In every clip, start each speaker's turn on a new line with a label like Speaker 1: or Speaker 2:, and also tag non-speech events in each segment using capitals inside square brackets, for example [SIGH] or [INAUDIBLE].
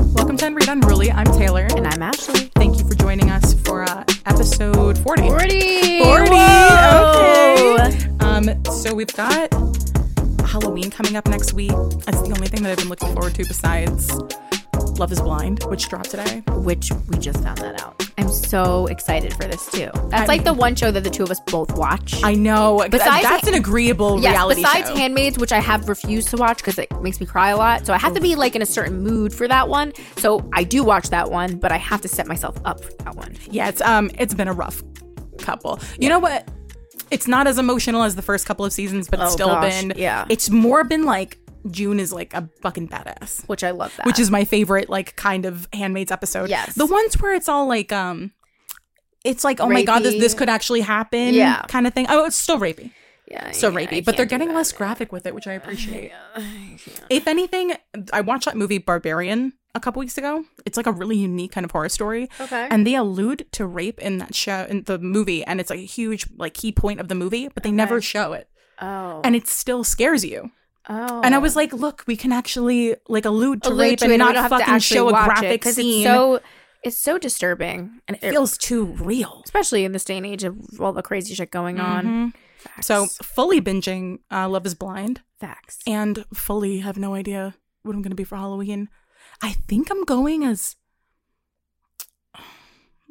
Speaker 1: Naked Unruly. I'm Taylor.
Speaker 2: And I'm Ashley.
Speaker 1: Thank you for joining us for uh, episode 40.
Speaker 2: 40.
Speaker 1: 40.
Speaker 2: Whoa.
Speaker 1: Okay. Um, so we've got Halloween coming up next week. That's the only thing that I've been looking forward to besides Love is Blind, which dropped today.
Speaker 2: Which we just found that out. I'm so excited for this too. That's
Speaker 1: I'm-
Speaker 2: like the one show that the two of us both watch.
Speaker 1: I know.
Speaker 2: Besides-
Speaker 1: that's an agreeable
Speaker 2: Yes,
Speaker 1: reality
Speaker 2: besides
Speaker 1: show.
Speaker 2: Handmaids, which I have refused to watch because it makes me cry a lot. So I have to be like in a certain mood for that one. So I do watch that one, but I have to set myself up for that one.
Speaker 1: yeah, it's um, it's been a rough couple. You know what? It's not as emotional as the first couple of seasons, but it's
Speaker 2: Oh,
Speaker 1: still
Speaker 2: gosh,
Speaker 1: been.
Speaker 2: yeah.
Speaker 1: it's more been like June is like a fucking badass.
Speaker 2: Which I love that.
Speaker 1: which is my favorite like kind of handmaids episode
Speaker 2: Yes.
Speaker 1: the ones where it's all like um it's like oh my god this,
Speaker 2: Rapey.
Speaker 1: this could actually happen
Speaker 2: Yeah.
Speaker 1: kind of thing oh it's still rapey
Speaker 2: yeah,
Speaker 1: so
Speaker 2: yeah, I
Speaker 1: rapey but they're
Speaker 2: can't do
Speaker 1: getting
Speaker 2: that.
Speaker 1: less graphic with it which i appreciate if anything i watched that movie barbarian a couple weeks ago it's like a really unique kind of horror story
Speaker 2: Okay.
Speaker 1: and they allude to rape in that show in the movie and it's like a huge like key point of the movie but they never show it
Speaker 2: oh.
Speaker 1: and it still scares you
Speaker 2: oh.
Speaker 1: and I was like, look, we can actually like allude to
Speaker 2: Allude
Speaker 1: rape
Speaker 2: to
Speaker 1: and
Speaker 2: it, we
Speaker 1: not
Speaker 2: don't have to
Speaker 1: fucking
Speaker 2: actually
Speaker 1: show a
Speaker 2: watch it,
Speaker 1: graphic
Speaker 2: 'cause
Speaker 1: scene.
Speaker 2: It's so it's so disturbing,
Speaker 1: and it feels too real. Mm-hmm.
Speaker 2: especially in this day and age of all the crazy shit going on. Facts.
Speaker 1: So fully binging uh, Love Is Blind
Speaker 2: facts.
Speaker 1: and fully have no idea what I'm going to be for Halloween. I think I'm going as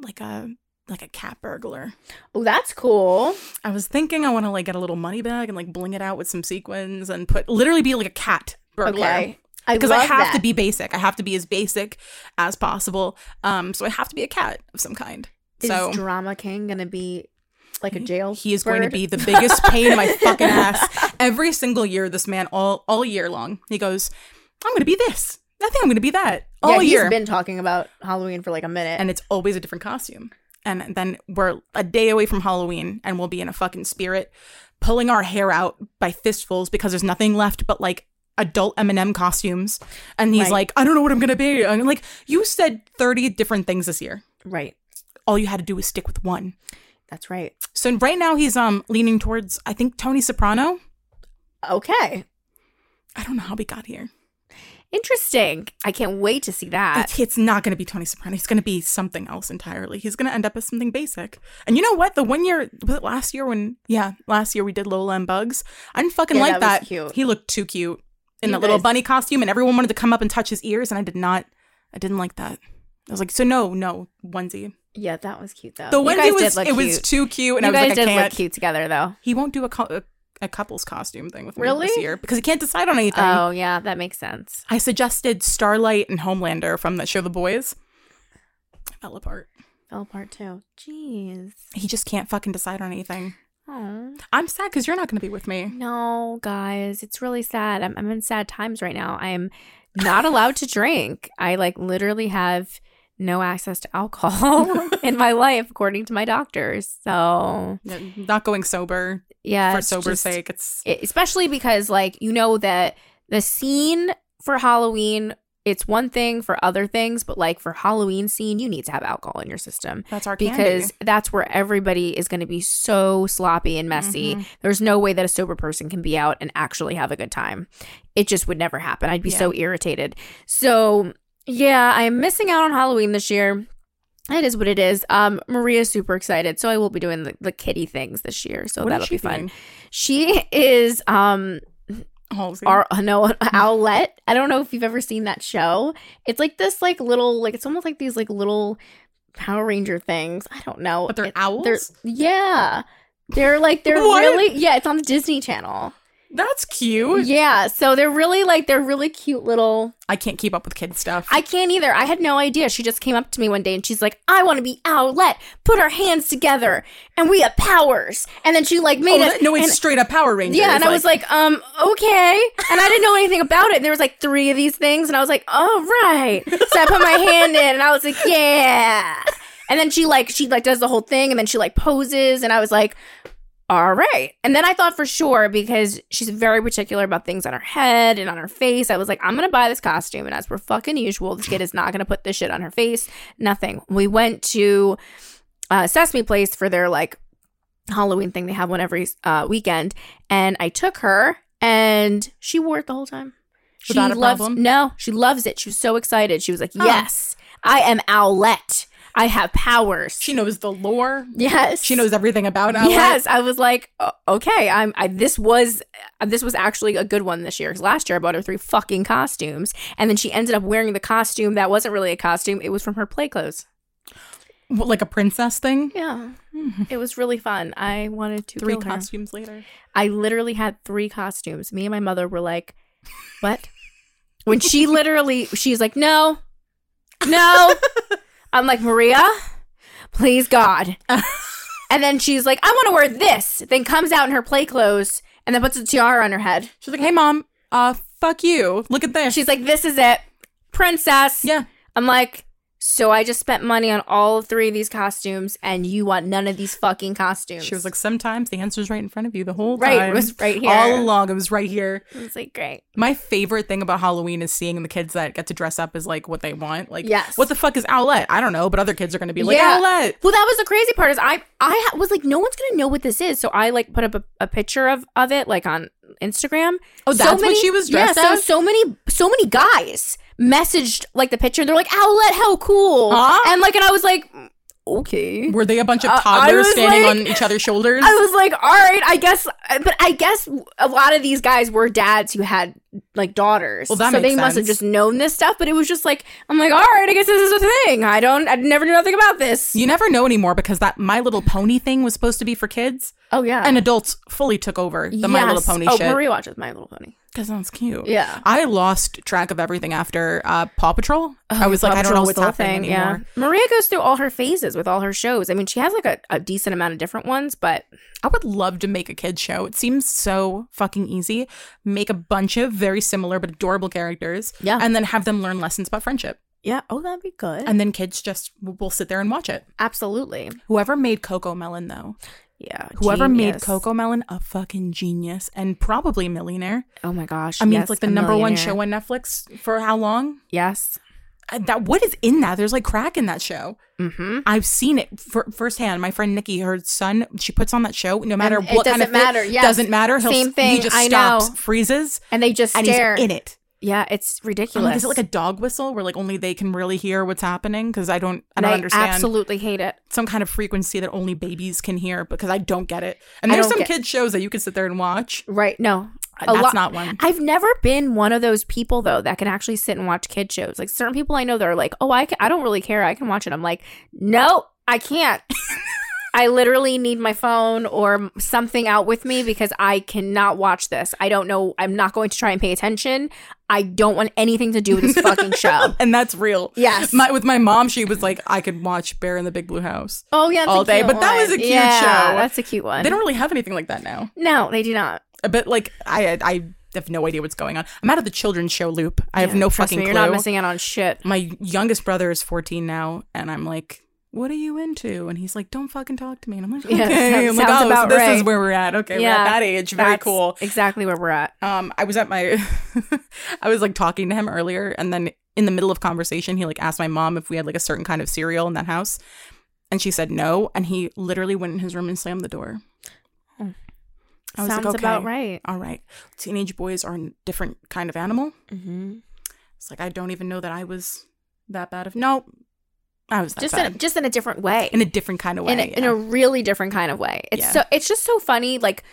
Speaker 1: like a like a cat burglar.
Speaker 2: Oh, that's cool.
Speaker 1: I was thinking I want to like get a little money bag and like bling it out with some sequins and put literally be like a cat burglar.
Speaker 2: Okay, I
Speaker 1: because I,
Speaker 2: love
Speaker 1: have
Speaker 2: that.
Speaker 1: to be basic. I have to be as basic as possible. Um, so I have to be a cat of some kind.
Speaker 2: Is
Speaker 1: so
Speaker 2: drama king gonna be like a jail?
Speaker 1: he is going to
Speaker 2: bird?
Speaker 1: be the biggest pain in my
Speaker 2: [LAUGHS]
Speaker 1: fucking ass every single year. This man all all year long. He goes, I'm going to be this. I think I'm going to be that all
Speaker 2: yeah, he's
Speaker 1: year,
Speaker 2: been talking about Halloween for like a minute.
Speaker 1: and it's always a different costume. And then we're a day away from Halloween, and we'll be in a fucking spirit, pulling our hair out by fistfuls because there's nothing left but like adult Eminem costumes. And he's
Speaker 2: Right.
Speaker 1: like, I don't know what I'm gonna be. And I'm like, you said 30 different things this year.
Speaker 2: right.
Speaker 1: All you had to do was stick with one.
Speaker 2: That's right.
Speaker 1: So right now he's um leaning towards I think Tony Soprano.
Speaker 2: Okay.
Speaker 1: I don't know how we got here.
Speaker 2: Interesting. I can't wait to see that.
Speaker 1: It- it's not going to be Tony Soprano. It's going to be something else entirely. He's going to end up as something basic. And you know what? The one year was it last year when yeah, last year we did Lola and Bugs. I didn't fucking
Speaker 2: Yeah,
Speaker 1: like
Speaker 2: that
Speaker 1: that.
Speaker 2: was cute.
Speaker 1: He looked too cute in
Speaker 2: You
Speaker 1: that little
Speaker 2: guys-
Speaker 1: bunny costume, and everyone wanted to come up and touch his ears, and I did not. I didn't like that. I was like, so no, no onesie.
Speaker 2: Yeah, that was cute though.
Speaker 1: The
Speaker 2: you
Speaker 1: onesie
Speaker 2: guys
Speaker 1: was
Speaker 2: did
Speaker 1: it
Speaker 2: look
Speaker 1: was
Speaker 2: cute.
Speaker 1: too cute, and
Speaker 2: you
Speaker 1: I was
Speaker 2: guys
Speaker 1: like, I
Speaker 2: did
Speaker 1: can't.
Speaker 2: look cute together though.
Speaker 1: He won't do a, co- a a couple's costume thing with me this
Speaker 2: Really?
Speaker 1: year because he can't decide on anything.
Speaker 2: Oh yeah, that makes sense.
Speaker 1: I suggested Starlight and Homelander from the show The Boys. Fell apart.
Speaker 2: Fell apart too. Jeez.
Speaker 1: He just can't fucking decide on anything.
Speaker 2: Oh
Speaker 1: I'm sad because you're not going to be with me.
Speaker 2: no, guys, it's really sad. I'm, I'm in sad times right now. I'm not allowed to drink. I like literally have no access to alcohol [LAUGHS]
Speaker 1: [LAUGHS]
Speaker 2: in my life, according to my doctors. So
Speaker 1: N- Not going sober
Speaker 2: yeah,
Speaker 1: for
Speaker 2: it's
Speaker 1: sober's
Speaker 2: just-
Speaker 1: sake. It's
Speaker 2: it- especially because like you know that the scene for Halloween. It's one thing for other things, but like for Halloween scene, you need to have alcohol in your system.
Speaker 1: that's our candy.
Speaker 2: because that's where everybody is going to be so sloppy and messy.
Speaker 1: Mhm.
Speaker 2: There's no way that a sober person can be out and actually have a good time. It just would never happen. I'd be so irritated. So, yeah, I'm missing out on Halloween this year. It is what it is. Um, Maria's super excited, so I will be doing the, the kitty things this year. So
Speaker 1: What is
Speaker 2: that'll
Speaker 1: she
Speaker 2: be fun.
Speaker 1: doing?
Speaker 2: She is um
Speaker 1: Oh, see?
Speaker 2: our no Owlette. I don't know if you've ever seen that show. It's like this like little like it's almost like these like little Power Ranger things. I don't know.
Speaker 1: but they're
Speaker 2: It-
Speaker 1: owls.
Speaker 2: They're yeah. They're like
Speaker 1: [LAUGHS]
Speaker 2: they're
Speaker 1: What?
Speaker 2: really yeah, it's on the Disney Channel.
Speaker 1: that's cute.
Speaker 2: Yeah, so they're really like they're really cute little
Speaker 1: I can't keep up with kid stuff.
Speaker 2: I can't either. I had no idea. She just came up to me one day and she's like, "I want to be Owlette. Put our hands together and we have powers." And then she like
Speaker 1: oh,
Speaker 2: made it
Speaker 1: that, no, it's
Speaker 2: and-
Speaker 1: straight up Power Rangers.
Speaker 2: yeah, and I was like, um, okay. And I didn't know anything about it. And there was like three of these things, and I was like, all right. So I put my hand in, and I was like, yeah. And then she like she like does the whole thing, and then she like poses, and I was like, all right. And then I thought for sure because she's very particular about things on her head and on her face. I was like, I'm gonna buy this costume, and as per fucking usual, this kid is not gonna put this shit on her face. Nothing. We went to uh, Sesame Place for their like Halloween thing they have one every uh, weekend, and I took her, and she wore it the whole time. She
Speaker 1: Without a
Speaker 2: loves
Speaker 1: problem?
Speaker 2: no, she loves it. She was so excited. She was like,
Speaker 1: Oh.
Speaker 2: "Yes, I am Owlette. I have powers.
Speaker 1: She knows the lore.
Speaker 2: [LAUGHS] yes.
Speaker 1: She knows everything about Owlette.
Speaker 2: Yes, I was like, "O- okay, I'm. I, this was uh, this was actually a good one this year because last year I bought her three fucking costumes, and then she ended up wearing the costume that wasn't really a costume. It was from her play clothes.
Speaker 1: What, like a princess thing.
Speaker 2: Yeah, it was really fun. I wanted to
Speaker 1: Three
Speaker 2: kill her.
Speaker 1: costumes later.
Speaker 2: I literally had three costumes. Me and my mother were like, what? when she literally, she's like, no,
Speaker 1: [LAUGHS]
Speaker 2: no. I'm like, Maria, please God. and then she's like, I want to wear this. Then comes out in her play clothes and then puts a tiara on her head.
Speaker 1: She's like, "Hey, mom, uh, fuck you. Look at this."
Speaker 2: She's like, this is it. Princess.
Speaker 1: yeah.
Speaker 2: I'm like, so I just spent money on all three of these costumes and you want none of these fucking costumes.
Speaker 1: She was like, "Sometimes the answer's right in front of you the whole time.
Speaker 2: Right, it was right here.
Speaker 1: all along. It was right here."
Speaker 2: I was like, great.
Speaker 1: My favorite thing about Halloween is seeing the kids that get to dress up as like what they want. Like,
Speaker 2: Yes.
Speaker 1: what the fuck is Owlette? I don't know, but other kids are going to be like,
Speaker 2: Yeah.
Speaker 1: Owlette.
Speaker 2: Well, that was the crazy part is I I ha- was like, no one's gonna know what this is, so I like put up a, a picture of of it like on Instagram.
Speaker 1: Oh, that's what she was dressed
Speaker 2: yeah,
Speaker 1: as?
Speaker 2: So so many so many guys messaged like the picture. and They're like, Owlette, how cool!
Speaker 1: Huh?
Speaker 2: And like, and I was like, mm, okay.
Speaker 1: Were they a bunch of
Speaker 2: Uh, I
Speaker 1: toddlers
Speaker 2: was
Speaker 1: standing
Speaker 2: like-
Speaker 1: on each other's shoulders?
Speaker 2: [LAUGHS] I was like, all right, I guess, uh, but I guess a lot of these guys were dads who had like daughters,
Speaker 1: Well, that
Speaker 2: so
Speaker 1: makes
Speaker 2: they must have
Speaker 1: sense.
Speaker 2: just known this stuff. But it was just like, I'm like, all right, I guess this is a thing. I don't, I never knew nothing about this.
Speaker 1: you never know anymore because that My Little Pony thing was supposed to be for kids,
Speaker 2: Oh yeah,
Speaker 1: and adults fully took over the My Little
Speaker 2: Yes.
Speaker 1: Pony
Speaker 2: oh,
Speaker 1: shit.
Speaker 2: Maria watches My Little Pony.
Speaker 1: Because sounds cute.
Speaker 2: Yeah.
Speaker 1: I lost track of everything after uh, Paw Patrol.
Speaker 2: Oh,
Speaker 1: I was like, I don't know what's happening anymore.
Speaker 2: Maria goes through all her phases with all her shows. I mean, she has like a, a decent amount of different ones, but
Speaker 1: I would love to make a kid show. It seems so fucking easy. Make a bunch of very similar but adorable characters.
Speaker 2: Yeah.
Speaker 1: And then have them learn lessons about friendship.
Speaker 2: yeah. Oh, that'd be good.
Speaker 1: And then kids just w- will sit there and watch it.
Speaker 2: Absolutely.
Speaker 1: Whoever made Coco Melon, though,
Speaker 2: Yeah.
Speaker 1: whoever made
Speaker 2: genius.
Speaker 1: Coco Melon a fucking genius and probably a millionaire.
Speaker 2: Oh my gosh.
Speaker 1: I mean,
Speaker 2: yes,
Speaker 1: it's like the
Speaker 2: a
Speaker 1: number one
Speaker 2: millionaire.
Speaker 1: show on Netflix for how long?
Speaker 2: Yes.
Speaker 1: Uh, That what is in that? There's like crack in that show.
Speaker 2: Mm-hmm.
Speaker 1: I've seen it fir- firsthand. My friend Nikki, her son, she puts on that show. No matter
Speaker 2: And it
Speaker 1: what kind of
Speaker 2: doesn't matter, yes.
Speaker 1: doesn't matter. He'll,
Speaker 2: Same
Speaker 1: He
Speaker 2: thing,
Speaker 1: just
Speaker 2: I
Speaker 1: stops,
Speaker 2: know.
Speaker 1: freezes,
Speaker 2: And they just
Speaker 1: and
Speaker 2: stare.
Speaker 1: he's in it.
Speaker 2: Yeah, it's
Speaker 1: I'm
Speaker 2: ridiculous.
Speaker 1: like, Oh is it like a dog whistle where like only they can really hear what's happening? Because I don't, I
Speaker 2: And
Speaker 1: don't
Speaker 2: I
Speaker 1: understand
Speaker 2: absolutely hate it.
Speaker 1: some kind of frequency that only babies can hear because I don't get it. And
Speaker 2: I
Speaker 1: there's
Speaker 2: don't
Speaker 1: some
Speaker 2: get-
Speaker 1: kids shows that you can sit there and watch.
Speaker 2: Right. No. A
Speaker 1: That's
Speaker 2: lot-
Speaker 1: not
Speaker 2: [LAUGHS]
Speaker 1: one.
Speaker 2: I've never been one of those people though that can actually sit and watch kid shows. Like certain people I know that are like, "Oh, I can, I don't really care. I can watch it." I'm like, "No, I can't." [LAUGHS] I literally need my phone or something out with me because I cannot watch this. I don't know. I'm not going to try and pay attention. I don't want anything to do with this [LAUGHS] fucking show.
Speaker 1: And that's real.
Speaker 2: Yes.
Speaker 1: My, with my mom, she was like, I could watch Bear in the Big Blue House.
Speaker 2: Oh yeah, that's
Speaker 1: All
Speaker 2: a
Speaker 1: day,
Speaker 2: cute
Speaker 1: but that was
Speaker 2: one.
Speaker 1: a cute
Speaker 2: Yeah,
Speaker 1: show.
Speaker 2: That's a cute one.
Speaker 1: They don't really have anything like that now.
Speaker 2: no, they do not.
Speaker 1: But like, I, I have no idea what's going on. I'm out of the children's show loop. I have
Speaker 2: Yeah,
Speaker 1: no
Speaker 2: trust
Speaker 1: fucking
Speaker 2: me,
Speaker 1: clue.
Speaker 2: You're not missing out on shit.
Speaker 1: my youngest brother is 14 now and i'm like what are you into and he's like don't fucking talk to me and i'm like okay
Speaker 2: Yeah, sounds-
Speaker 1: I'm like,
Speaker 2: sounds
Speaker 1: oh,
Speaker 2: about
Speaker 1: so this is
Speaker 2: right.
Speaker 1: where we're at okay we're
Speaker 2: Yeah,
Speaker 1: at that age very
Speaker 2: That's
Speaker 1: cool
Speaker 2: Exactly where we're at.
Speaker 1: um i was at my [LAUGHS] i was like talking to him earlier and then in the middle of conversation he like asked my mom if we had like a certain kind of cereal in that house and she said no and he literally went in his room and slammed the door I was like,
Speaker 2: Hmm. Sounds about
Speaker 1: okay.
Speaker 2: right.
Speaker 1: all right teenage boys are a different kind of animal
Speaker 2: Mm-hmm.
Speaker 1: it's like i don't even know that i was that bad of no i was that
Speaker 2: just
Speaker 1: bad.
Speaker 2: in a, just in a different way,
Speaker 1: in a different kind of way.
Speaker 2: in a, in
Speaker 1: yeah.
Speaker 2: a really different kind of way. It's
Speaker 1: Yeah.
Speaker 2: so it's just so funny, like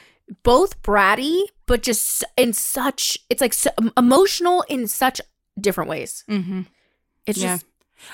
Speaker 2: both bratty, but just in such it's like so emotional in such different ways.
Speaker 1: Mhm.
Speaker 2: Mm-hmm. It's
Speaker 1: Yeah.
Speaker 2: just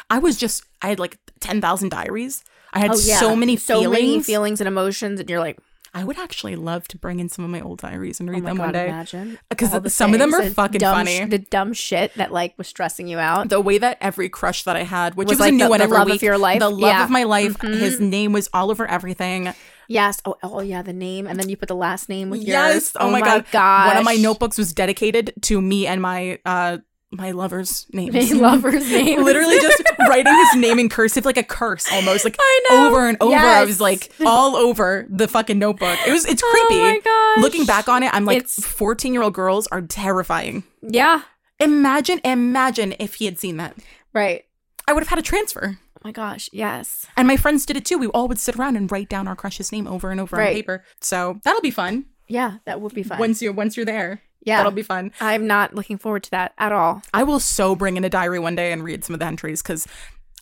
Speaker 1: I was just I had like ten thousand diaries. I had
Speaker 2: oh yeah,
Speaker 1: so many
Speaker 2: so
Speaker 1: feelings.
Speaker 2: many feelings and emotions, and you're like,
Speaker 1: I would actually love to bring in some of my old diaries and
Speaker 2: oh
Speaker 1: read
Speaker 2: my
Speaker 1: them one
Speaker 2: god,
Speaker 1: day.
Speaker 2: imagine
Speaker 1: 'Cause
Speaker 2: all the
Speaker 1: some of them
Speaker 2: things,
Speaker 1: are
Speaker 2: the
Speaker 1: fucking
Speaker 2: dumb
Speaker 1: funny.
Speaker 2: the dumb shit that like was stressing you out.
Speaker 1: The way that every crush that I had, which it was
Speaker 2: Was like
Speaker 1: a new
Speaker 2: the-
Speaker 1: one
Speaker 2: the
Speaker 1: every
Speaker 2: love of
Speaker 1: week,
Speaker 2: your life?
Speaker 1: the love
Speaker 2: Yeah.
Speaker 1: of my life.
Speaker 2: Mhm.
Speaker 1: His name was Oliver Everything.
Speaker 2: yes, oh, oh yeah, the name, and then you put the last name with yours.
Speaker 1: Yes, oh, my god,
Speaker 2: gosh.
Speaker 1: one of my
Speaker 2: [LAUGHS]
Speaker 1: notebooks was dedicated to me and my uh my lover's name.
Speaker 2: [LAUGHS] My lover's name,
Speaker 1: Literally just writing his name in cursive, like a curse almost, like
Speaker 2: [LAUGHS] I know.
Speaker 1: over and over. I was
Speaker 2: Yes.
Speaker 1: like all over the fucking notebook. It was it's creepy.
Speaker 2: Oh my gosh.
Speaker 1: Looking back on it, I'm like,
Speaker 2: It's-
Speaker 1: 14 year old girls are terrifying.
Speaker 2: Yeah.
Speaker 1: Imagine, imagine if he had seen that.
Speaker 2: Right.
Speaker 1: I would have had a transfer.
Speaker 2: Oh my gosh. Yes.
Speaker 1: And my friends did it too. We all would sit around and write down our crush's name over and over on
Speaker 2: Right.
Speaker 1: paper. So that'll be fun
Speaker 2: Yeah, that would be fun.
Speaker 1: once you're once you're there.
Speaker 2: yeah.
Speaker 1: That'll be fun.
Speaker 2: I'm not looking forward to that at all.
Speaker 1: I will so bring in a diary one day and read some of the entries because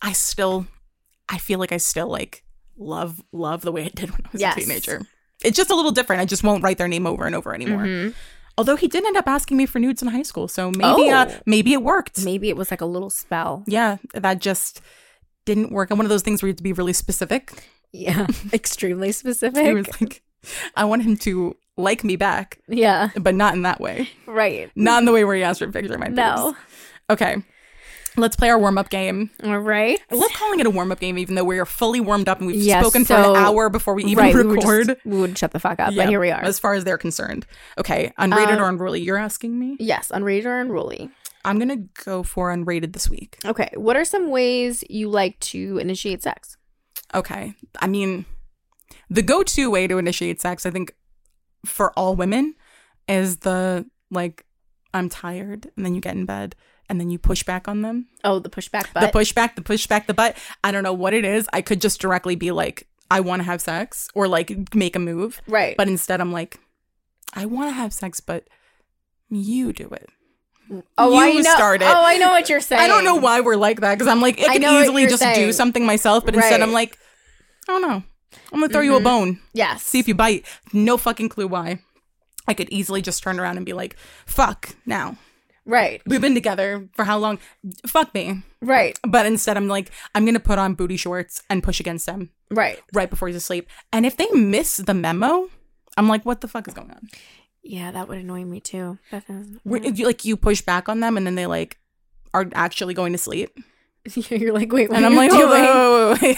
Speaker 1: I still, I feel like I still like love love the way it did when I was
Speaker 2: Yes.
Speaker 1: a teenager. It's just a little different. I just won't write their name over and over anymore.
Speaker 2: Mhm.
Speaker 1: Although he did end up asking me for nudes in high school, so maybe
Speaker 2: Oh.
Speaker 1: uh, maybe it worked.
Speaker 2: Maybe it was like a little spell.
Speaker 1: Yeah, that just didn't work. And one of those things where you have to be really specific.
Speaker 2: Yeah. [LAUGHS] Extremely
Speaker 1: It
Speaker 2: specific.
Speaker 1: was like, I want him to like me back,
Speaker 2: yeah.
Speaker 1: but not in that way.
Speaker 2: Right.
Speaker 1: Not in the way where he asked for a picture of my boobs.
Speaker 2: No.
Speaker 1: Okay. Let's play our warm up game.
Speaker 2: All right.
Speaker 1: I love calling it a warm up game, even though we are fully warmed up and we've
Speaker 2: Yes,
Speaker 1: spoken
Speaker 2: so-
Speaker 1: for an hour before we even
Speaker 2: right. We would,
Speaker 1: record.
Speaker 2: just, we would shut the fuck up,
Speaker 1: Yeah,
Speaker 2: [LAUGHS] but here we are. Um,
Speaker 1: As far as they're concerned. Okay. Unrated or unruly? You're asking me?
Speaker 2: Yes, unrated or unruly.
Speaker 1: I'm going to go for unrated this week.
Speaker 2: Okay. What are some ways you like to initiate sex?
Speaker 1: Okay. I mean, the go to way to initiate sex, I think, for all women is the like, I'm tired, and then you get in bed, and then you push back on them.
Speaker 2: Oh, the pushback
Speaker 1: the
Speaker 2: butt.
Speaker 1: pushback, the pushback, the butt. I don't know what it is. I could just directly be like, I want to have sex or like make a move.
Speaker 2: right.
Speaker 1: But instead, I'm like, I want to have sex, but you do it. you start it.
Speaker 2: Oh, I know what you're saying.
Speaker 1: I don't know why we're like that because I'm like, I
Speaker 2: I
Speaker 1: can
Speaker 2: know what
Speaker 1: easily
Speaker 2: you're
Speaker 1: just
Speaker 2: saying.
Speaker 1: do something myself, but instead,
Speaker 2: Right.
Speaker 1: I'm like, I don't know. I'm gonna throw you a
Speaker 2: Mhm.
Speaker 1: bone,
Speaker 2: Yes.
Speaker 1: see if you bite. No fucking clue why. I could easily just turn around and be like, fuck now.
Speaker 2: right.
Speaker 1: We've been together for how long? Fuck me.
Speaker 2: Right.
Speaker 1: But instead, I'm like, I'm gonna put on booty shorts and push against him
Speaker 2: Right.
Speaker 1: right before he's asleep. And if they miss the memo, I'm like, what the fuck is going on?
Speaker 2: Yeah, that would annoy me too. That sounds-
Speaker 1: Where,
Speaker 2: [LAUGHS]
Speaker 1: you, like, you push back on them, and then they like are actually going to sleep,
Speaker 2: [LAUGHS] you're like, wait, what
Speaker 1: and
Speaker 2: are
Speaker 1: I'm
Speaker 2: you
Speaker 1: like,
Speaker 2: doing?
Speaker 1: oh, wait, wait, wait, wait.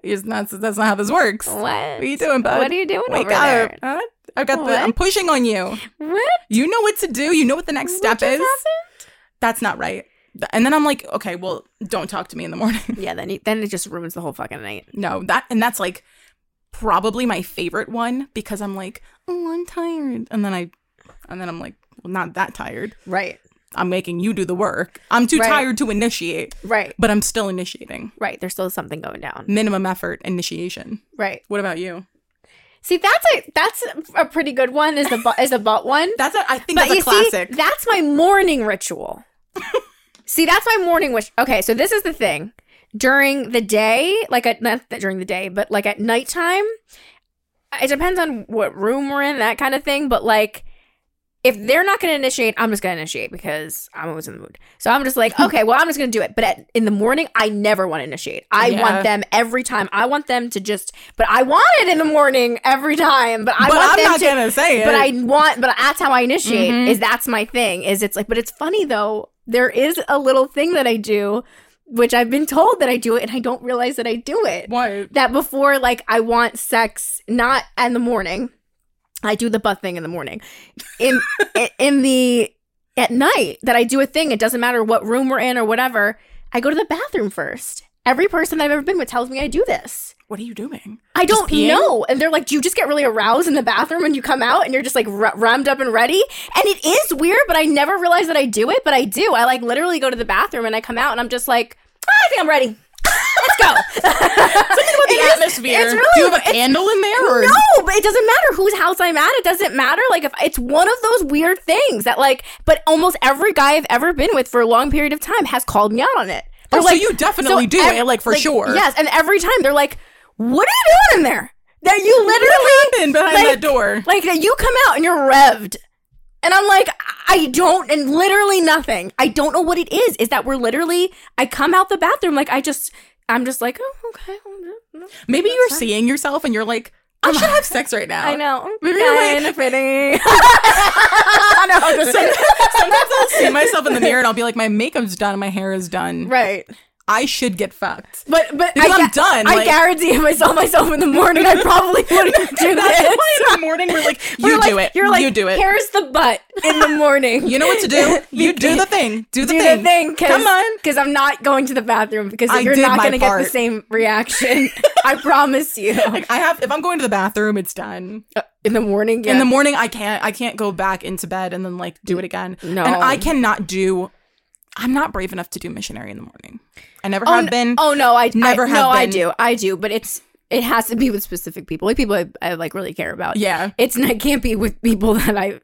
Speaker 1: [LAUGHS] It's not, that's not how this works. What
Speaker 2: What?
Speaker 1: are you doing, bud?
Speaker 2: What are you doing
Speaker 1: Wake
Speaker 2: over
Speaker 1: up!
Speaker 2: there?
Speaker 1: Huh? I've got the. I'm
Speaker 2: What?
Speaker 1: pushing on you.
Speaker 2: What?
Speaker 1: You know what to do. You know what the next
Speaker 2: What
Speaker 1: step
Speaker 2: just
Speaker 1: is. That's not right. Th- And then I'm like, okay, well, don't talk to me in the morning. [LAUGHS]
Speaker 2: happened? Yeah, then you, then it just ruins the whole fucking night.
Speaker 1: No, that and that's like probably my favorite one because I'm like, oh, I'm tired, and then I, and then I'm like, well, not that tired.
Speaker 2: Right.
Speaker 1: I'm making you do the work. I'm too
Speaker 2: Right.
Speaker 1: tired to initiate,
Speaker 2: Right.
Speaker 1: but I'm still initiating.
Speaker 2: Right. There's still something going down.
Speaker 1: Minimum effort initiation.
Speaker 2: Right.
Speaker 1: What about you?
Speaker 2: See, that's a that's a pretty good one. Is the bu- is the butt one?
Speaker 1: That's a, I think
Speaker 2: but
Speaker 1: that's
Speaker 2: you
Speaker 1: a classic.
Speaker 2: see, that's my
Speaker 1: [LAUGHS]
Speaker 2: morning ritual. see, that's my morning wish. Okay, so this is the thing. During the day, like at not that during the day, but like at nighttime, it depends on what room we're in, that kind of thing. But like, if they're not going to initiate, I'm just going to initiate because I'm always in the mood. So I'm
Speaker 1: [LAUGHS]
Speaker 2: just like, okay, well, I'm just going to do it. But at, in the morning, I never want to initiate. I
Speaker 1: Yeah.
Speaker 2: want them every time. I want them to just, but I want it in the morning every time. But I
Speaker 1: but
Speaker 2: want
Speaker 1: I'm
Speaker 2: them
Speaker 1: not
Speaker 2: to
Speaker 1: gonna say it.
Speaker 2: but I want, but that's how I initiate.
Speaker 1: Mhm.
Speaker 2: Is that's my thing. Is it's like, but it's funny though. There is a little thing that I do, which I've been told that I do it, and I don't realize that I do it.
Speaker 1: what?
Speaker 2: That before, like, I want sex not in the morning. I do the butt thing in the morning. In [LAUGHS] in the at night that I do a thing. It doesn't matter what room we're in or whatever. I go to the bathroom first. Every person I've ever been with tells me I do this.
Speaker 1: What are you doing?
Speaker 2: I
Speaker 1: Just
Speaker 2: don't
Speaker 1: peeing?
Speaker 2: know. And they're like, do you just get really aroused in the bathroom and you come out and you're just like r- rammed up and ready? And it is weird, but I never realized that I do it, but I do. I like literally go to the bathroom and I come out and I'm just like, "Ah, I think I'm ready. [LAUGHS] Let's go. [LAUGHS] Something about
Speaker 1: The atmosphere.
Speaker 2: It's really,
Speaker 1: Do you have a candle in there? Or?
Speaker 2: no, but it doesn't matter whose house I'm at. It doesn't matter. Like if it's one of those weird things that like, but almost every guy I've ever been with for a long period of time has called me out on it.
Speaker 1: Oh,
Speaker 2: They're like,
Speaker 1: so you definitely
Speaker 2: so
Speaker 1: do
Speaker 2: ev-
Speaker 1: it, like for sure.
Speaker 2: Yes, and every time they're like, "What are you doing in there? That you literally
Speaker 1: Been behind
Speaker 2: Like-
Speaker 1: that door.
Speaker 2: like that you come out and you're revved." And I'm like, I don't, and literally nothing. I don't know what it is. Is that we're literally? I come out the bathroom like I just, I'm just like, oh, okay.
Speaker 1: Maybe you're seeing yourself and you're like, I should have sex right now.
Speaker 2: [LAUGHS] I know.
Speaker 1: Maybe you're like-
Speaker 2: Kind
Speaker 1: [LAUGHS]
Speaker 2: of pretty. I know. I'm just saying.
Speaker 1: Sometimes I'll see myself in the mirror and I'll be like, my makeup's done, my hair is done.
Speaker 2: Right.
Speaker 1: I should get fucked.
Speaker 2: But but
Speaker 1: Because
Speaker 2: I
Speaker 1: I'm done,
Speaker 2: I
Speaker 1: like-
Speaker 2: guarantee if I saw myself in the morning, I
Speaker 1: [LAUGHS]
Speaker 2: probably wouldn't do
Speaker 1: That's
Speaker 2: this.
Speaker 1: why in the morning we're
Speaker 2: [LAUGHS]
Speaker 1: like, you
Speaker 2: We're
Speaker 1: do
Speaker 2: like-
Speaker 1: it.
Speaker 2: You're like,
Speaker 1: you do it.
Speaker 2: Here's the butt in the
Speaker 1: [LAUGHS]
Speaker 2: morning.
Speaker 1: You know what to
Speaker 2: [LAUGHS]
Speaker 1: do. You do the thing. Do the
Speaker 2: do
Speaker 1: thing.
Speaker 2: the thing. Cause,
Speaker 1: Come on.
Speaker 2: Because I'm not going to the bathroom because
Speaker 1: I
Speaker 2: you're
Speaker 1: did
Speaker 2: not
Speaker 1: my
Speaker 2: going to get the
Speaker 1: part.
Speaker 2: same reaction. I promise you.
Speaker 1: Like [LAUGHS] I have. If I'm going to the bathroom, it's done.
Speaker 2: In the morning.
Speaker 1: In
Speaker 2: yeah.
Speaker 1: the morning, I can't. I can't go back into bed and then like do it again.
Speaker 2: No.
Speaker 1: And I cannot do. I'm not brave enough to do missionary in the morning. I never have
Speaker 2: Oh, n-
Speaker 1: been.
Speaker 2: Oh no, I
Speaker 1: Never
Speaker 2: I,
Speaker 1: have
Speaker 2: no, I
Speaker 1: been.
Speaker 2: do, I do, but it's It has to be with specific people, like people I, I like really care about.
Speaker 1: Yeah.
Speaker 2: It's not, it can't be with people [LAUGHS] that I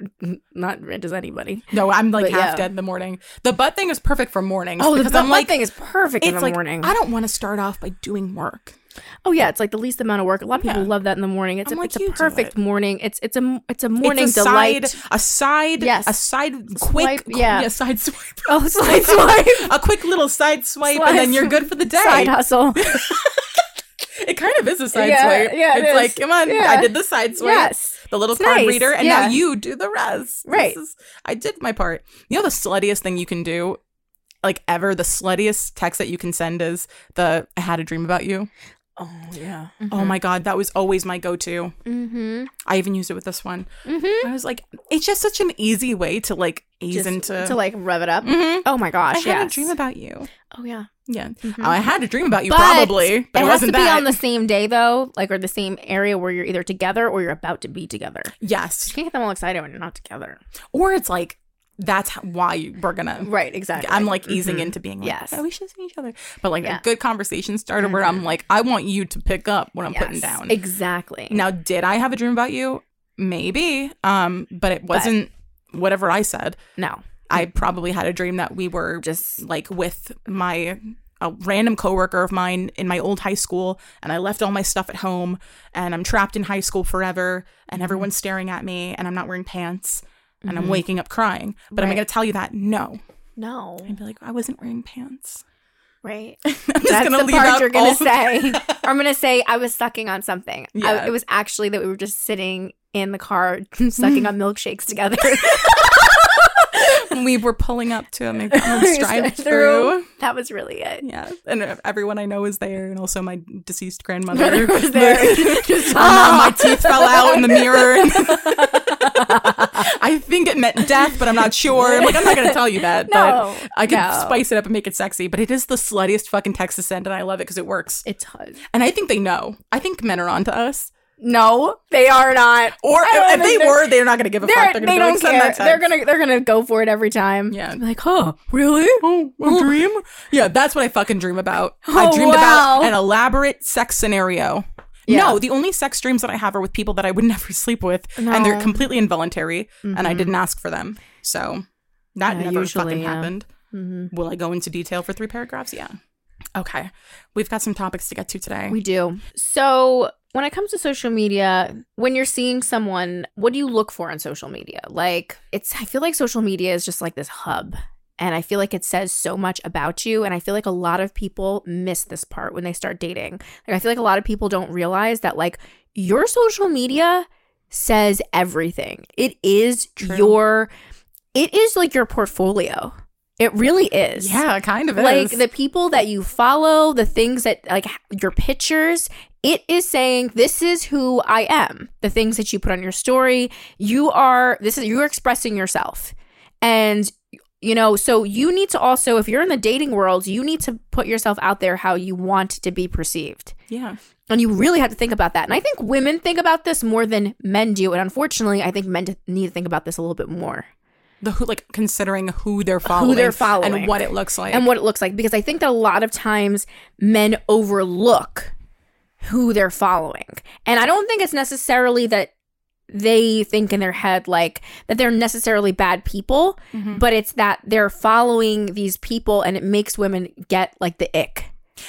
Speaker 2: not read as anybody.
Speaker 1: No, I'm like
Speaker 2: But
Speaker 1: half
Speaker 2: yeah.
Speaker 1: dead in the morning. The butt thing is perfect for mornings.
Speaker 2: Oh, the
Speaker 1: because
Speaker 2: butt
Speaker 1: I'm like,
Speaker 2: thing is perfect in
Speaker 1: it's
Speaker 2: the
Speaker 1: like
Speaker 2: morning.
Speaker 1: I don't want to start off by doing work.
Speaker 2: oh yeah, it's like the least amount of work. A lot of people
Speaker 1: Yeah.
Speaker 2: love that in the morning. It's
Speaker 1: I'm
Speaker 2: a,
Speaker 1: like,
Speaker 2: it's
Speaker 1: you
Speaker 2: a
Speaker 1: do
Speaker 2: perfect
Speaker 1: it.
Speaker 2: morning. It's it's a it's a morning
Speaker 1: it's a
Speaker 2: delight.
Speaker 1: [LAUGHS]
Speaker 2: [LAUGHS]
Speaker 1: side, a side,
Speaker 2: Yes.
Speaker 1: a side, quick,
Speaker 2: Swipe,
Speaker 1: [LAUGHS]
Speaker 2: yeah.
Speaker 1: a side swipe,
Speaker 2: Oh, slice swipe.
Speaker 1: a quick little side swipe,
Speaker 2: Slice.
Speaker 1: and then you're good for the day.
Speaker 2: [LAUGHS] Side hustle.
Speaker 1: It kind of is a side
Speaker 2: Yeah,
Speaker 1: swipe.
Speaker 2: yeah, it
Speaker 1: it's
Speaker 2: is.
Speaker 1: like, come on,
Speaker 2: Yeah.
Speaker 1: I did the side swipe,
Speaker 2: Yes.
Speaker 1: the little
Speaker 2: It's
Speaker 1: card
Speaker 2: nice.
Speaker 1: reader, and
Speaker 2: Yeah.
Speaker 1: now you do the rest. This
Speaker 2: Right.
Speaker 1: is- I did my part. You know the sluttiest thing you can do, like ever. The sluttiest text that you can send is the "I had a dream about you."
Speaker 2: Oh yeah.
Speaker 1: Oh my god, that was always my go-to.
Speaker 2: Mm-hmm.
Speaker 1: I even used it with this one.
Speaker 2: Mm-hmm.
Speaker 1: I was like, it's just such an easy way to like ease into.
Speaker 2: to like rev it up.
Speaker 1: Mhm.
Speaker 2: Oh my
Speaker 1: I
Speaker 2: gosh.
Speaker 1: had
Speaker 2: yes.
Speaker 1: a dream about you.
Speaker 2: oh yeah.
Speaker 1: Yeah,
Speaker 2: Mhm.
Speaker 1: I had a dream about you
Speaker 2: But
Speaker 1: probably, but it,
Speaker 2: it has to
Speaker 1: wasn't
Speaker 2: be
Speaker 1: that.
Speaker 2: on the same day though, like or the same area where you're either together or you're about to be together. You
Speaker 1: yes,
Speaker 2: can't get them all excited when you're not together.
Speaker 1: or it's like that's how, why you, we're gonna.
Speaker 2: Right. Exactly.
Speaker 1: I'm like easing
Speaker 2: Mhm.
Speaker 1: into being like,
Speaker 2: Yes.
Speaker 1: yes, we should see each other. But like
Speaker 2: Yeah. Mm-hmm.
Speaker 1: a good conversation starter where I'm like, I want you to pick up what I'm putting
Speaker 2: Yes,
Speaker 1: down.
Speaker 2: Exactly.
Speaker 1: now, did I have a dream about you? Maybe, um, but it wasn't whatever I said.
Speaker 2: No.
Speaker 1: I probably had a dream that we were
Speaker 2: Mm-hmm. Just
Speaker 1: like with my a random coworker of mine in my old high school and I left all my stuff at home and I'm trapped in high school forever and
Speaker 2: Mm-hmm.
Speaker 1: everyone's staring at me and I'm not wearing pants and I'm waking up crying. But am I
Speaker 2: Right.
Speaker 1: going to tell you that? No.
Speaker 2: no.
Speaker 1: I'd be like, I wasn't wearing pants. [LAUGHS]
Speaker 2: Right.
Speaker 1: I'm just
Speaker 2: That's
Speaker 1: going to
Speaker 2: the
Speaker 1: leave
Speaker 2: part
Speaker 1: out
Speaker 2: you're gonna
Speaker 1: all- [LAUGHS]
Speaker 2: say. I'm gonna say I was sucking on something. I-
Speaker 1: Yeah.
Speaker 2: it was actually that we were just sitting in the car [LAUGHS] sucking on
Speaker 1: [LAUGHS]
Speaker 2: milkshakes together.
Speaker 1: we were pulling up to a
Speaker 2: [LAUGHS]
Speaker 1: McDonald's drive
Speaker 2: Drive-through.
Speaker 1: through.
Speaker 2: That was really it.
Speaker 1: Yeah. And everyone I know is there and also my
Speaker 2: [LAUGHS]
Speaker 1: deceased
Speaker 2: Brother
Speaker 1: grandmother
Speaker 2: was there.
Speaker 1: [LAUGHS]
Speaker 2: [LAUGHS] Just,
Speaker 1: And now my teeth fell out in the mirror.
Speaker 2: [LAUGHS]
Speaker 1: I think it meant death, but I'm not sure. I'm like, I'm not going to tell you that.
Speaker 2: [LAUGHS] No,
Speaker 1: but I could
Speaker 2: no.
Speaker 1: spice it up and make it sexy. But it is the sluttiest fucking text to send, and I love it because it works.
Speaker 2: It does.
Speaker 1: And I think they know. I think men are onto us.
Speaker 2: No, they are not.
Speaker 1: Or
Speaker 2: I don't
Speaker 1: if they
Speaker 2: think they're-
Speaker 1: were, they're not going to give a
Speaker 2: They're,
Speaker 1: fuck.
Speaker 2: they're
Speaker 1: They're
Speaker 2: they
Speaker 1: going
Speaker 2: do
Speaker 1: to
Speaker 2: not
Speaker 1: send
Speaker 2: care.
Speaker 1: that
Speaker 2: They're
Speaker 1: text.
Speaker 2: gonna they're gonna go for it every time.
Speaker 1: yeah.
Speaker 2: Like, huh? Really?
Speaker 1: Oh, a dream? Yeah, that's what I fucking dream about. I
Speaker 2: Oh,
Speaker 1: dreamed
Speaker 2: wow.
Speaker 1: about an elaborate sex scenario.
Speaker 2: Yeah.
Speaker 1: No, the only sex dreams that I have are with people that I would [LAUGHS] never sleep with, and
Speaker 2: No. Mm-hmm.
Speaker 1: they're completely involuntary, and I didn't ask for them. So that
Speaker 2: Yeah,
Speaker 1: never
Speaker 2: usually,
Speaker 1: fucking
Speaker 2: yeah.
Speaker 1: happened.
Speaker 2: Mhm.
Speaker 1: Will I go into detail for three paragraphs? Yeah. Okay. We've got some topics to get to today.
Speaker 2: We do. So when it comes to social media, when you're seeing someone, what do you look for on social media? Like it's I feel like social media is just like this hub. And I feel like it says so much about you. And I feel like a lot of people miss this part when they start dating. Like I feel like a lot of people don't realize that like your social media says everything. It is
Speaker 1: True.
Speaker 2: your it is like your portfolio. It really is
Speaker 1: yeah, kind of
Speaker 2: like
Speaker 1: is.
Speaker 2: the people that you follow the things that like h- your pictures it is saying this is who i am the things that you put on your story you are this is you're expressing yourself and you know so you need to also if you're in the dating world you need to put yourself out there how you want to be perceived
Speaker 1: yeah.
Speaker 2: and you really have to think about that and i think women think about this more than men do and unfortunately i think men t- need to think about this a little bit more
Speaker 1: The who like considering who they're following
Speaker 2: they're following.
Speaker 1: and what it looks like.
Speaker 2: and what it looks like because I think that a lot of times men overlook who they're following. And I don't think it's necessarily that they think in their head like that they're necessarily bad people,
Speaker 1: Mhm.
Speaker 2: but it's that they're following these people and it makes women get like the ick.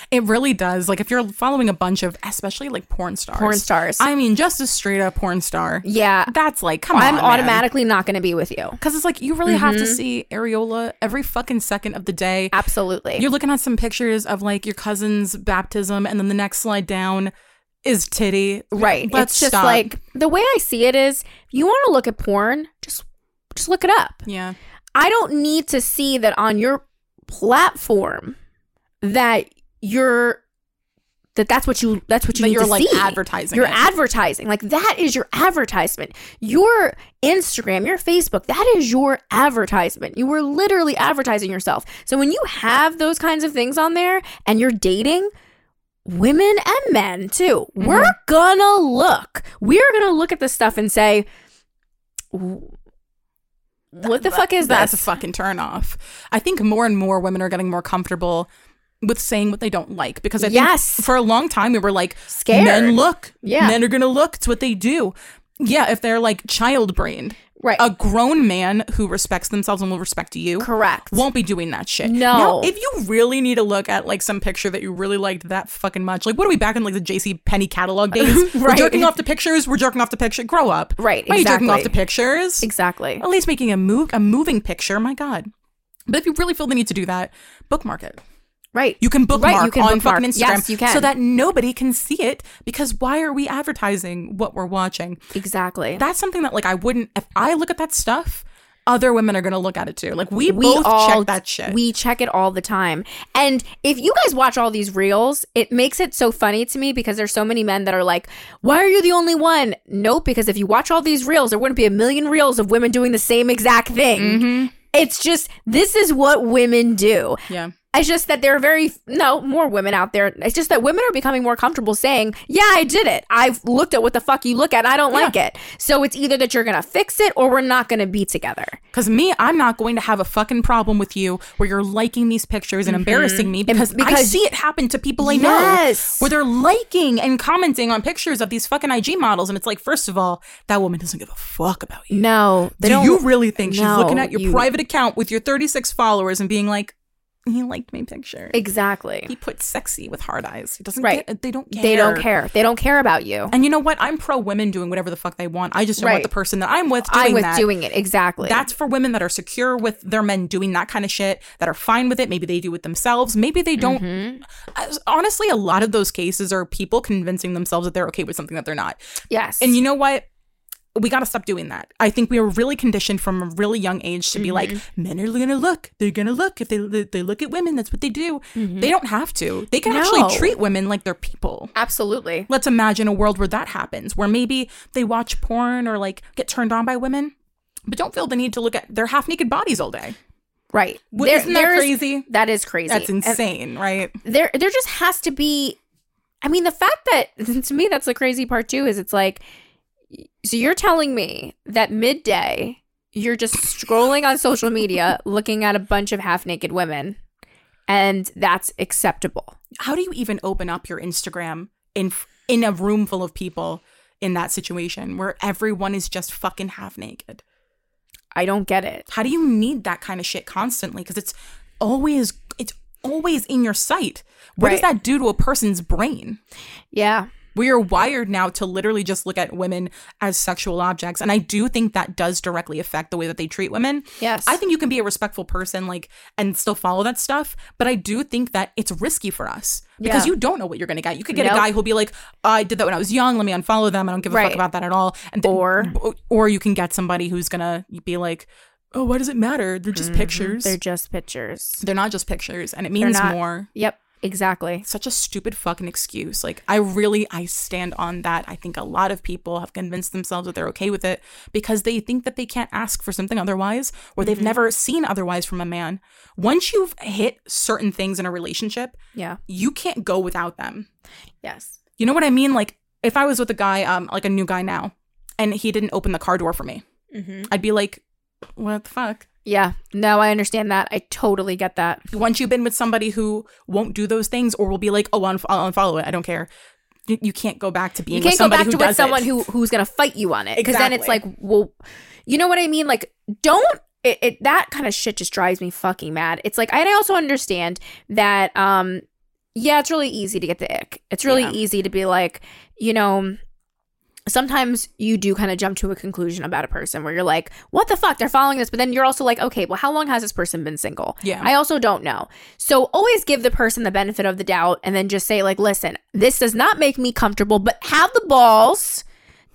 Speaker 1: It really does. Like if you're following a bunch of especially like porn stars.
Speaker 2: Porn stars.
Speaker 1: I mean, just a straight up porn star.
Speaker 2: yeah.
Speaker 1: That's like, come
Speaker 2: I'm
Speaker 1: on.
Speaker 2: automatically not going to be with you.
Speaker 1: Because it's like, you really have
Speaker 2: Mm-hmm.
Speaker 1: to see areola every fucking second of the day.
Speaker 2: Absolutely.
Speaker 1: You're looking at some pictures of like your cousin's baptism, and then the next slide down is titty.
Speaker 2: Right.
Speaker 1: Let's
Speaker 2: it's just
Speaker 1: stop.
Speaker 2: like the way I see it is if you want to look at porn, just just look it up.
Speaker 1: Yeah.
Speaker 2: I don't need to see that on your platform that you're that that's what you that's what you
Speaker 1: But
Speaker 2: need
Speaker 1: you're
Speaker 2: to
Speaker 1: like
Speaker 2: see.
Speaker 1: advertising.
Speaker 2: You're
Speaker 1: it.
Speaker 2: advertising. Like that is your advertisement. Your Instagram, your Facebook, that is your advertisement. You were literally advertising yourself. So when you have those kinds of things on there and you're dating women and men too,
Speaker 1: Mm-hmm.
Speaker 2: we're gonna look. We're gonna look at this stuff and say, "What the fuck is
Speaker 1: That's
Speaker 2: this?"
Speaker 1: a fucking turn off. I think more and more women are getting more comfortable with saying what they don't like because I think
Speaker 2: Yes.
Speaker 1: for a long time we were like
Speaker 2: Scared.
Speaker 1: men look
Speaker 2: Yeah.
Speaker 1: men are gonna look it's what they do yeah if they're like child brained
Speaker 2: Right.
Speaker 1: a grown man who respects themselves and will respect you
Speaker 2: Correct.
Speaker 1: won't be doing that shit
Speaker 2: No.
Speaker 1: Now, if you really need to look at like some picture that you really liked that fucking much like what are we back in like the jc penny
Speaker 2: [LAUGHS]
Speaker 1: catalog days we're
Speaker 2: Right.
Speaker 1: jerking off to pictures we're jerking off to picture grow up
Speaker 2: Right,
Speaker 1: why are you jerking off
Speaker 2: exactly.
Speaker 1: to pictures
Speaker 2: exactly.
Speaker 1: at least making a move a moving picture my god but if you really feel the need to do that bookmark it
Speaker 2: Right.
Speaker 1: you can bookmark
Speaker 2: you can
Speaker 1: on
Speaker 2: bookmark.
Speaker 1: fucking Instagram
Speaker 2: Yes, you can.
Speaker 1: so that nobody can see it because why are we advertising what we're watching?
Speaker 2: exactly.
Speaker 1: That's something that like I wouldn't if I look at that stuff, other women are going to look at it too. Like we, both check that shit.
Speaker 2: We check it all the time. And if you guys watch all these reels, it makes it so funny to me because there's so many men that are like, "Why are you the only one?" Nope, because if you watch all these reels, there wouldn't be a million reels of women doing the same exact thing. It's just this is what women do.
Speaker 1: Mm-hmm. yeah.
Speaker 2: It's just that there are very no more women out there. It's just that women are becoming more comfortable saying, "Yeah, I did it. I've looked at what the fuck you look at. and I don't like it." So it's either that you're gonna fix it or we're not gonna be together.
Speaker 1: Cuz me, I'm not going to have a fucking problem with you where you're liking these pictures and embarrassing me because, I
Speaker 2: because-
Speaker 1: see it happen to people I
Speaker 2: Yes.
Speaker 1: know where they're liking and commenting on pictures of these fucking IG models and it's like first of all, that woman doesn't give a fuck about you.
Speaker 2: No, they
Speaker 1: Do
Speaker 2: don't.
Speaker 1: you really think she's looking
Speaker 2: No,
Speaker 1: at your
Speaker 2: you-
Speaker 1: private account with your 36 followers and being like, he liked my picture?
Speaker 2: exactly.
Speaker 1: He put sexy with hard eyes. It doesn't
Speaker 2: Right.
Speaker 1: get- they don't care.
Speaker 2: They don't care. They don't care about you.
Speaker 1: And you know what? I'm pro women doing whatever the fuck they want. I just don't
Speaker 2: Right.
Speaker 1: want the person that I'm with doing
Speaker 2: I'm with
Speaker 1: that.
Speaker 2: doing it exactly.
Speaker 1: That's for women that are secure with their men doing that kind of shit, that are fine with it. Maybe they do it themselves. Maybe they don't.
Speaker 2: Mm-hmm.
Speaker 1: As- Honestly, a lot of those cases are people convincing themselves that they're okay with something that they're not.
Speaker 2: yes.
Speaker 1: And you know what? We got to stop doing that. I think we are really conditioned from a really young age to be like,
Speaker 2: Mm-hmm.
Speaker 1: men are going to look. They're going to look. If they, they look at women, that's what they do. They don't have to. They can
Speaker 2: Mm-hmm. No.
Speaker 1: actually treat women like they're people.
Speaker 2: absolutely.
Speaker 1: Let's imagine a world where that happens, where maybe they watch porn or like get turned on by women, but don't feel the need to look at their half naked bodies all day.
Speaker 2: Right.
Speaker 1: What- isn't that
Speaker 2: is-
Speaker 1: crazy?
Speaker 2: that is crazy.
Speaker 1: That's
Speaker 2: And
Speaker 1: insane, right?
Speaker 2: there there just has to be I mean the fact that [LAUGHS] to me that's the crazy part too is it's like so you're telling me that midday you're just scrolling on social media looking at a bunch of half naked women and that's acceptable.
Speaker 1: How do you even open up your Instagram in in a room full of people in that situation where everyone is just fucking half naked?
Speaker 2: I don't get it.
Speaker 1: How do you need that kind of shit constantly? Because it's always it's always in your sight. What does
Speaker 2: Right.
Speaker 1: that do to a person's brain?
Speaker 2: Yeah.
Speaker 1: We are wired now to literally just look at women as sexual objects. And I do think that does directly affect the way that they treat women.
Speaker 2: Yes.
Speaker 1: I think you can be a respectful person, like, and still follow that stuff. But I do think that it's risky for us because
Speaker 2: Yeah.
Speaker 1: you don't know what you're going to get. You could get
Speaker 2: Nope.
Speaker 1: a guy who'll be like, I did that when I was young. Let me unfollow them. I don't give a
Speaker 2: Right.
Speaker 1: fuck about that at all. And then-
Speaker 2: Or-
Speaker 1: or you can get somebody who's going to be like, oh, why does it matter? They're just pictures.
Speaker 2: Mm-hmm. They're
Speaker 1: They're,
Speaker 2: just pictures.
Speaker 1: not just pictures. And it means
Speaker 2: not-
Speaker 1: more
Speaker 2: Yep, exactly.
Speaker 1: such a stupid fucking excuse. Like I really I stand on that. I think a lot of people have convinced themselves that they're okay with it because they think that they can't ask for something otherwise or they've never seen otherwise from a man. Once you've hit certain things in a relationship,
Speaker 2: Yeah.
Speaker 1: you can't go without them.
Speaker 2: Yes.
Speaker 1: You know what I mean? Like if I was with a guy um like a new guy now and he didn't open the car door for me, I'd be like what the fuck?
Speaker 2: Mm-hmm. Yeah. No, I understand that. I totally get that.
Speaker 1: once you've been with somebody who won't do those things or will be like, oh, unf- I'll unfollow it. I don't care. You, you can't go back to being
Speaker 2: You can't
Speaker 1: with
Speaker 2: go
Speaker 1: somebody
Speaker 2: back
Speaker 1: who
Speaker 2: to with
Speaker 1: does
Speaker 2: someone
Speaker 1: it.
Speaker 2: who who's gonna fight you on it because then it's like,
Speaker 1: Exactly.
Speaker 2: well, you know what I mean? Like, don't it, it that kind of shit just drives me fucking mad. It's like, and I also understand that, um, yeah, it's really easy to get the ick. It's really
Speaker 1: Yeah.
Speaker 2: easy to be like, you know. Sometimes you do kind of jump to a conclusion about a person where you're like, what the fuck? They're following this. But then you're also like, okay, well, how long has this person been single?
Speaker 1: Yeah.
Speaker 2: I also don't know. So always give the person the benefit of the doubt and then just say, like, listen, this does not make me comfortable, but have the balls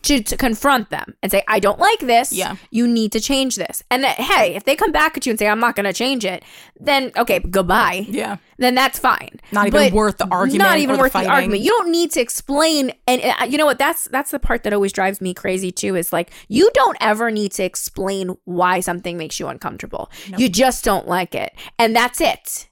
Speaker 2: to, to confront them and say, I don't like this.
Speaker 1: Yeah.
Speaker 2: You need to change this. And that, hey, if they come back at you and say, I'm not going to change it, then okay, goodbye.
Speaker 1: Yeah.
Speaker 2: Then that's fine.
Speaker 1: Not even worth the argument
Speaker 2: Not even
Speaker 1: or the
Speaker 2: worth the,
Speaker 1: fighting.
Speaker 2: argument. You don't need to explain. And uh, you know what? That's that's the part that always drives me crazy too. Is like you don't ever need to explain why something makes you uncomfortable. You just don't like it, and that's it.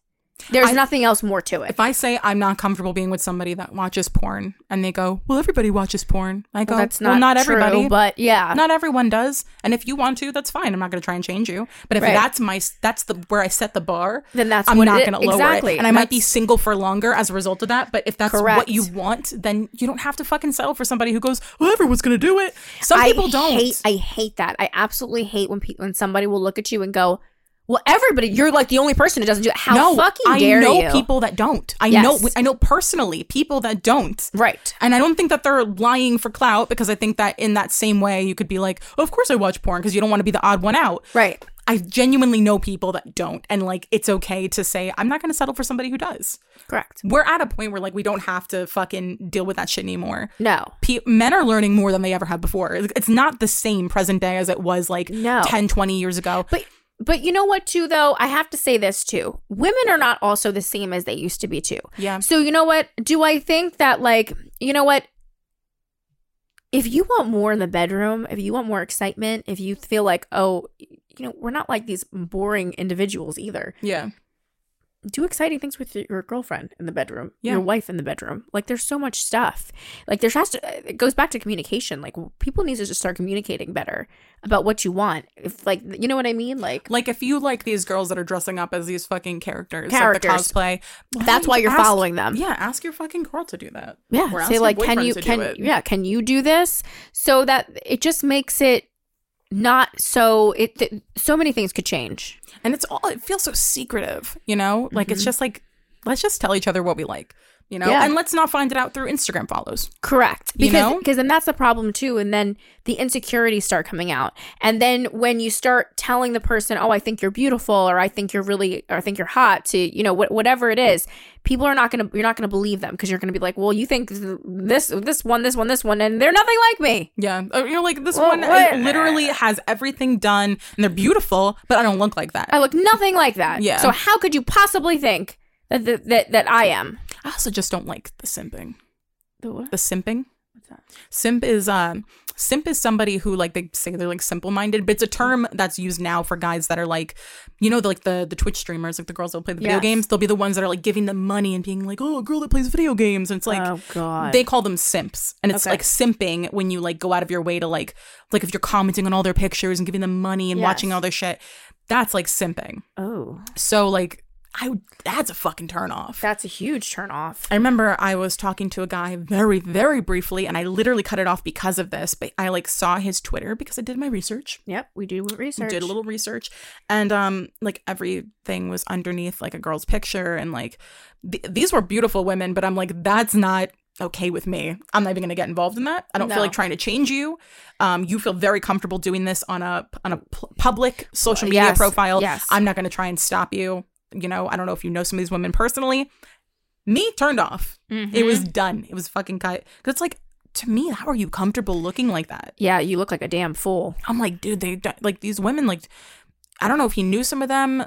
Speaker 2: There's
Speaker 1: I-
Speaker 2: nothing else more to it.
Speaker 1: If I say I'm not comfortable being with somebody that watches porn and they go, well, everybody watches porn. I go,
Speaker 2: Well,
Speaker 1: well,
Speaker 2: that's not,
Speaker 1: not
Speaker 2: true,
Speaker 1: everybody.
Speaker 2: but yeah.
Speaker 1: not everyone does and if you want to that's fine i'm not going to try and change you but if
Speaker 2: Right.
Speaker 1: that's my that's the where i set the bar
Speaker 2: Then that's
Speaker 1: i'm
Speaker 2: what
Speaker 1: not
Speaker 2: it-
Speaker 1: going to lower
Speaker 2: exactly.
Speaker 1: it and i might be single for longer as a result of that but if that's
Speaker 2: Correct.
Speaker 1: what you want then you don't have to fucking settle for somebody who goes well everyone's going to do it some people don't
Speaker 2: Hate, I hate that. I absolutely hate when pe- when somebody will look at you and go, "Well, everybody, you're like the only person who doesn't do it. How
Speaker 1: no
Speaker 2: fucking
Speaker 1: i
Speaker 2: dare
Speaker 1: know
Speaker 2: you?"
Speaker 1: people that don't i
Speaker 2: Yes.
Speaker 1: know i know personally people that don't
Speaker 2: right.
Speaker 1: And I don't think that they're lying for clout because I think that in that same way you could be like, oh, of course I watch porn because you don't want to be the odd one out.
Speaker 2: Right.
Speaker 1: I genuinely know people that don't. And like, it's okay to say, I'm not going to settle for somebody who does.
Speaker 2: Correct.
Speaker 1: We're at a point where like we don't have to fucking deal with that shit anymore.
Speaker 2: No.
Speaker 1: Pe- men are learning more than they ever have before. It's it's not the same present day as it was like
Speaker 2: No.
Speaker 1: ten, twenty 10, 20 years ago.
Speaker 2: But but you know what too though? I have to say this too. Women are not also the same as they used to be too.
Speaker 1: yeah.
Speaker 2: So you know what? Do I think that like you know what? If you want more in the bedroom, if you want more excitement, if you feel like oh, you know, we're not like these boring individuals either.
Speaker 1: Yeah.
Speaker 2: Do exciting things with your girlfriend in the bedroom,
Speaker 1: Yeah.
Speaker 2: your wife in the bedroom. Like there's so much stuff. Like there's has to. It goes back to communication. Like people need to just start communicating better about what you want. If like you know what I mean, like
Speaker 1: Like if you like these girls that are dressing up as these fucking characters, like
Speaker 2: Characters.
Speaker 1: the cosplay, why don't
Speaker 2: that's why
Speaker 1: you
Speaker 2: you're
Speaker 1: ask-
Speaker 2: following them.
Speaker 1: Yeah, ask your fucking girl to do that.
Speaker 2: Yeah.
Speaker 1: Or ask
Speaker 2: Say
Speaker 1: your
Speaker 2: like, can
Speaker 1: boyfriend
Speaker 2: you
Speaker 1: to do
Speaker 2: can
Speaker 1: it.
Speaker 2: yeah can you do this so that it just makes it not so it th- so many things could change.
Speaker 1: and it's all it feels so secretive you know like it's just like let's just tell each other what we like you know
Speaker 2: Yeah.
Speaker 1: and let's not find it out through instagram follows
Speaker 2: Correct.
Speaker 1: You
Speaker 2: Because
Speaker 1: know?
Speaker 2: because then that's the problem too, and then the insecurities start coming out, and then when you start telling the person, oh, I think you're beautiful, or I think you're really, or I think you're hot, to you know wh- whatever it is, people are not gonna you're not gonna believe them because you're gonna be like, well, you think th- this this one this one this one, and they're nothing like me.
Speaker 1: yeah Uh, you're like this
Speaker 2: Well,
Speaker 1: one uh,
Speaker 2: what-
Speaker 1: literally has everything done and they're beautiful but i don't look like that
Speaker 2: I look nothing like that.
Speaker 1: Yeah.
Speaker 2: So how could you possibly think that that that, that I am?
Speaker 1: i also just don't like the simping
Speaker 2: The what?
Speaker 1: the simping
Speaker 2: What's that?
Speaker 1: simp is um simp is somebody who like they say they're like simple minded but it's a term that's used now for guys that are like you know the, like the the twitch streamers like the girls that play the video
Speaker 2: Yes.
Speaker 1: games they'll be the ones that are like giving them money and being like oh a girl that plays video games and it's like
Speaker 2: oh god.
Speaker 1: they call them simps and it's
Speaker 2: Okay.
Speaker 1: like simping when you like go out of your way to like like if you're commenting on all their pictures and giving them money and
Speaker 2: Yes.
Speaker 1: watching all their shit that's like simping
Speaker 2: oh,
Speaker 1: so like i would- that's a fucking turn off
Speaker 2: that's a huge turn off.
Speaker 1: I remember I was talking to a guy very, very briefly, and I literally cut it off because of this. But I like saw his Twitter because I did my research,
Speaker 2: Yep, we do research.
Speaker 1: did a little research, and um, like everything was underneath like a girl's picture, and like th- these were beautiful women, but I'm like, that's not okay with me. I'm not even gonna get involved in that. I don't
Speaker 2: No.
Speaker 1: feel like trying to change you. Um, you feel very comfortable doing this on a on a pl- public social media
Speaker 2: Yes,
Speaker 1: profile.
Speaker 2: yes.
Speaker 1: I'm not gonna try and stop you. You know, I don't know if you know some of these women personally. Me turned off.
Speaker 2: Mm-hmm.
Speaker 1: It was done. It was fucking cut. Because it's like, to me, how are you comfortable looking like that?
Speaker 2: Yeah, you look like a damn fool.
Speaker 1: I'm like, dude, they di- like these women. Like, I don't know if he knew some of them,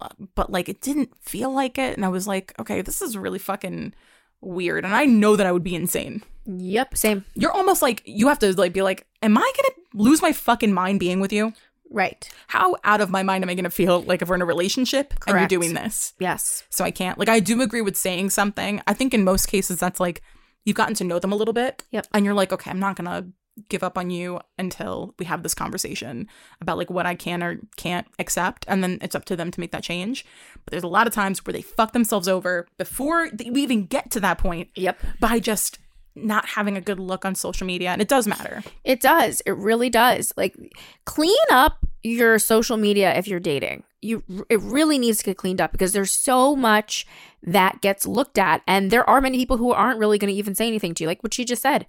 Speaker 1: uh, but like it didn't feel like it. And I was like, okay, this is really fucking weird. And I know that I would be insane.
Speaker 2: Yep, same.
Speaker 1: You're almost like you have to like be like, am I gonna lose my fucking mind being with you?
Speaker 2: Right.
Speaker 1: How out of my mind am I gonna feel like if we're in a relationship and
Speaker 2: Correct.
Speaker 1: you're doing this?
Speaker 2: Yes.
Speaker 1: So I can't. Like, I do agree with saying something. I think in most cases, that's like you've gotten to know them a little bit.
Speaker 2: Yep.
Speaker 1: And you're like, okay, I'm not going to give up on you until we have this conversation about like what I can or can't accept. And then it's up to them to make that change. But there's a lot of times where they fuck themselves over before th- we even get to that point
Speaker 2: Yep.
Speaker 1: by just not having a good look on social media. And it does matter.
Speaker 2: It does. It really does. Like clean up your social media if you're dating. You it really needs to get cleaned up because there's so much that gets looked at and there are many people who aren't really going to even say anything to you like what she just said.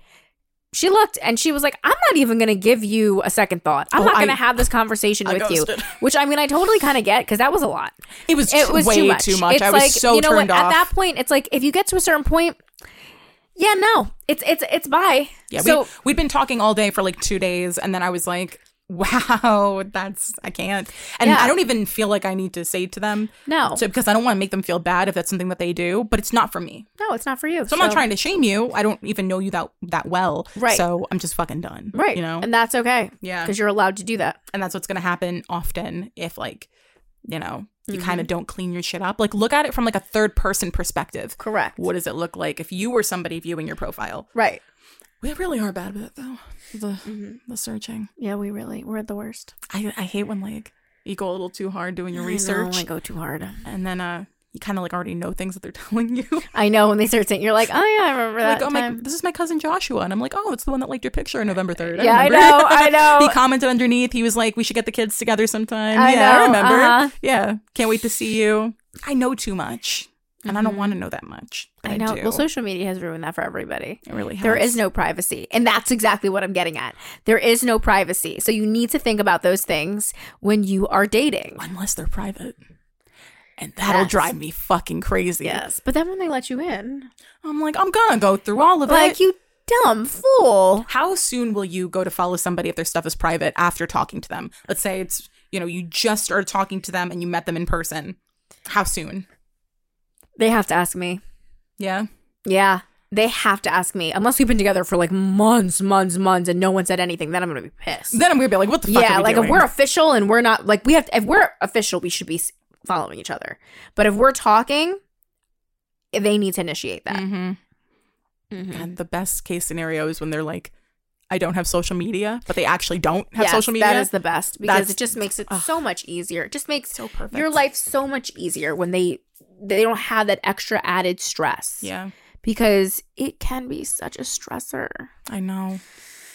Speaker 2: She looked and she was like, "I'm not even going to give you a second thought. I'm
Speaker 1: Oh,
Speaker 2: not
Speaker 1: I-
Speaker 2: going to have this conversation
Speaker 1: I
Speaker 2: with you."
Speaker 1: ghosted. [LAUGHS]
Speaker 2: Which I mean, I totally kind of get because that was a lot.
Speaker 1: It was,
Speaker 2: It
Speaker 1: too-
Speaker 2: was
Speaker 1: way
Speaker 2: too much. It's
Speaker 1: I was
Speaker 2: like,
Speaker 1: so
Speaker 2: you know
Speaker 1: turned
Speaker 2: what?
Speaker 1: off.
Speaker 2: At that point, it's like if you get to a certain point, yeah, no, it's it's it's bye.
Speaker 1: Yeah,
Speaker 2: so
Speaker 1: we, we'd been talking all day for like two days, and then I was like, [LAUGHS] wow, that's, I can't. And
Speaker 2: Yeah.
Speaker 1: I don't even feel like I need to say to them,
Speaker 2: No.
Speaker 1: so, because I don't want to make them feel bad if that's something that they do, but it's not for me.
Speaker 2: no, it's not for you.
Speaker 1: So I'm not trying to shame you. I don't even know you that, that well.
Speaker 2: Right.
Speaker 1: So I'm just fucking done.
Speaker 2: Right.
Speaker 1: You know?
Speaker 2: And that's okay.
Speaker 1: Yeah.
Speaker 2: Because you're allowed to do that.
Speaker 1: and that's what's going to happen often if like you know You kind
Speaker 2: Mm-hmm.
Speaker 1: of don't clean your shit up. Like look at it from like a third person perspective.
Speaker 2: Correct.
Speaker 1: What does it look like if you were somebody viewing your profile?
Speaker 2: Right.
Speaker 1: We really are bad at it though. The
Speaker 2: Mm-hmm.
Speaker 1: the searching.
Speaker 2: Yeah, we really we're the worst.
Speaker 1: I I hate when like you go a little too hard doing your
Speaker 2: I,
Speaker 1: research
Speaker 2: go too hard.
Speaker 1: and then uh you kind of like already know things that they're [LAUGHS] telling you.
Speaker 2: I know when they start saying, you're like, oh yeah, I remember that
Speaker 1: like, oh my,
Speaker 2: time.
Speaker 1: this is my cousin Joshua, and I'm like, oh, it's the one that liked your picture on November third.
Speaker 2: Yeah, I
Speaker 1: remember.
Speaker 2: know,
Speaker 1: [LAUGHS]
Speaker 2: I know.
Speaker 1: he commented underneath. He was like, we should get the kids together sometime.
Speaker 2: I
Speaker 1: yeah,
Speaker 2: know,
Speaker 1: I remember.
Speaker 2: uh-huh.
Speaker 1: Yeah, can't wait to see you. I know too much, and I don't want to know that much. but
Speaker 2: Mm-hmm. I know.
Speaker 1: do.
Speaker 2: Well, social media has ruined that for everybody.
Speaker 1: it really has.
Speaker 2: There is no privacy. And that's exactly what I'm getting at. There is no privacy. So you need to think about those things when you are dating.
Speaker 1: unless they're private, and that'll
Speaker 2: Yes.
Speaker 1: drive me fucking crazy.
Speaker 2: Yes. But then when they let you in,
Speaker 1: I'm like, I'm gonna go through all of it.
Speaker 2: like, you dumb fool.
Speaker 1: how soon will you go to follow somebody if their stuff is private after talking to them? Let's say it's, you know, you just started talking to them and you met them in person. How soon?
Speaker 2: They have to ask me.
Speaker 1: Yeah.
Speaker 2: Yeah. They have to ask me. Unless we've been together for like months, months, months, and no one said anything, then I'm going to be pissed.
Speaker 1: Then I'm going to be like, what the fuck?
Speaker 2: yeah.
Speaker 1: are we
Speaker 2: Like,
Speaker 1: doing?
Speaker 2: if we're official and we're not, like, we have, to, if we're official, we should be s- following each other. But if we're talking, they need to initiate that.
Speaker 1: Mhm. And the best case scenario is when they're like, I don't have social media, but they actually don't have
Speaker 2: Yes,
Speaker 1: social media.
Speaker 2: That is the best because
Speaker 1: That's-
Speaker 2: it just makes it so much easier. It just makes
Speaker 1: so perfect.
Speaker 2: your life so much easier when they they don't have that extra added stress.
Speaker 1: Yeah,
Speaker 2: Because it can be such a stressor.
Speaker 1: I know.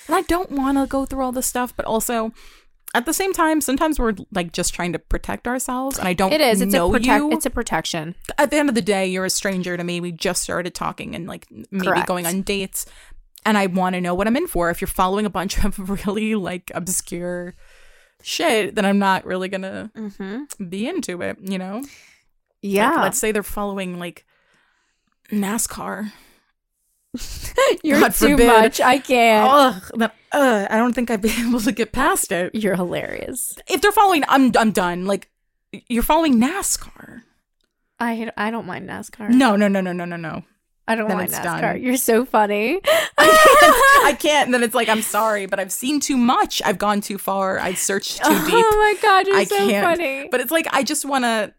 Speaker 1: And I don't want to go through all this stuff, but also at the same time, sometimes we're like just trying to protect ourselves. And I don't
Speaker 2: It is. It's a
Speaker 1: know
Speaker 2: protect.
Speaker 1: you.
Speaker 2: It's a protection.
Speaker 1: at the end of the day, you're a stranger to me. We just started talking and like maybe
Speaker 2: Correct.
Speaker 1: going on dates. And I want to know what I'm in for. If you're following a bunch [LAUGHS] of really like obscure shit, then I'm not really going to
Speaker 2: Mm-hmm.
Speaker 1: be into it, you know? Like,
Speaker 2: Yeah,
Speaker 1: let's say they're following like NASCAR.
Speaker 2: [LAUGHS] you're
Speaker 1: God
Speaker 2: too
Speaker 1: forbid.
Speaker 2: much. I can't.
Speaker 1: Ugh, then, ugh, I don't think I'd be [LAUGHS] able to get past it.
Speaker 2: You're hilarious.
Speaker 1: If they're following, I'm, I'm done. Like, you're following NASCAR.
Speaker 2: I I don't mind NASCAR.
Speaker 1: No, no, no, no, no, no, no.
Speaker 2: I don't
Speaker 1: Then
Speaker 2: mind
Speaker 1: it's
Speaker 2: NASCAR.
Speaker 1: done.
Speaker 2: You're so funny.
Speaker 1: [LAUGHS]
Speaker 2: [LAUGHS]
Speaker 1: I can't. And then it's like, I'm sorry, but I've seen too much. I've gone too far. I've searched
Speaker 2: [LAUGHS]
Speaker 1: too deep.
Speaker 2: Oh my god, you're
Speaker 1: I
Speaker 2: so
Speaker 1: can't.
Speaker 2: funny.
Speaker 1: But it's like, I just want to,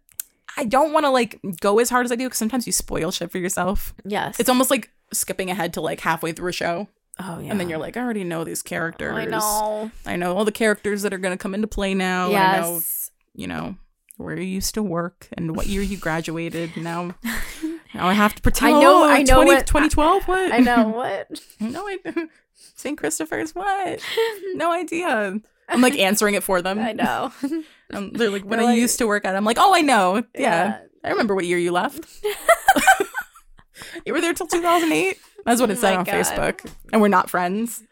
Speaker 1: I don't want to like go as hard as I do because sometimes you spoil shit for yourself.
Speaker 2: yes,
Speaker 1: It's almost like skipping ahead to like halfway through a show.
Speaker 2: oh yeah, Oh,
Speaker 1: And then you're like, I already know these characters.
Speaker 2: I know.
Speaker 1: I know all the characters that are going to come into play now. Oh, I know,
Speaker 2: yes.
Speaker 1: you know, where you used to work and what year you graduated.
Speaker 2: [LAUGHS]
Speaker 1: Now, now I have to pretend.
Speaker 2: know-
Speaker 1: oh,
Speaker 2: I know
Speaker 1: 20
Speaker 2: what-
Speaker 1: 2012? What?
Speaker 2: I know what.
Speaker 1: [LAUGHS] no idea. St. Christopher's what?
Speaker 2: [LAUGHS]
Speaker 1: No idea. I'm like answering it for them.
Speaker 2: I know.
Speaker 1: [LAUGHS] Um, they're like, when
Speaker 2: They're
Speaker 1: I
Speaker 2: like-
Speaker 1: used to work at, I'm like, oh, I know. Yeah.
Speaker 2: [LAUGHS] Yeah.
Speaker 1: I remember what year you
Speaker 2: [LAUGHS]
Speaker 1: left. you were there till 2008. That's what it said
Speaker 2: Oh my
Speaker 1: on
Speaker 2: God.
Speaker 1: Facebook. And we're not friends.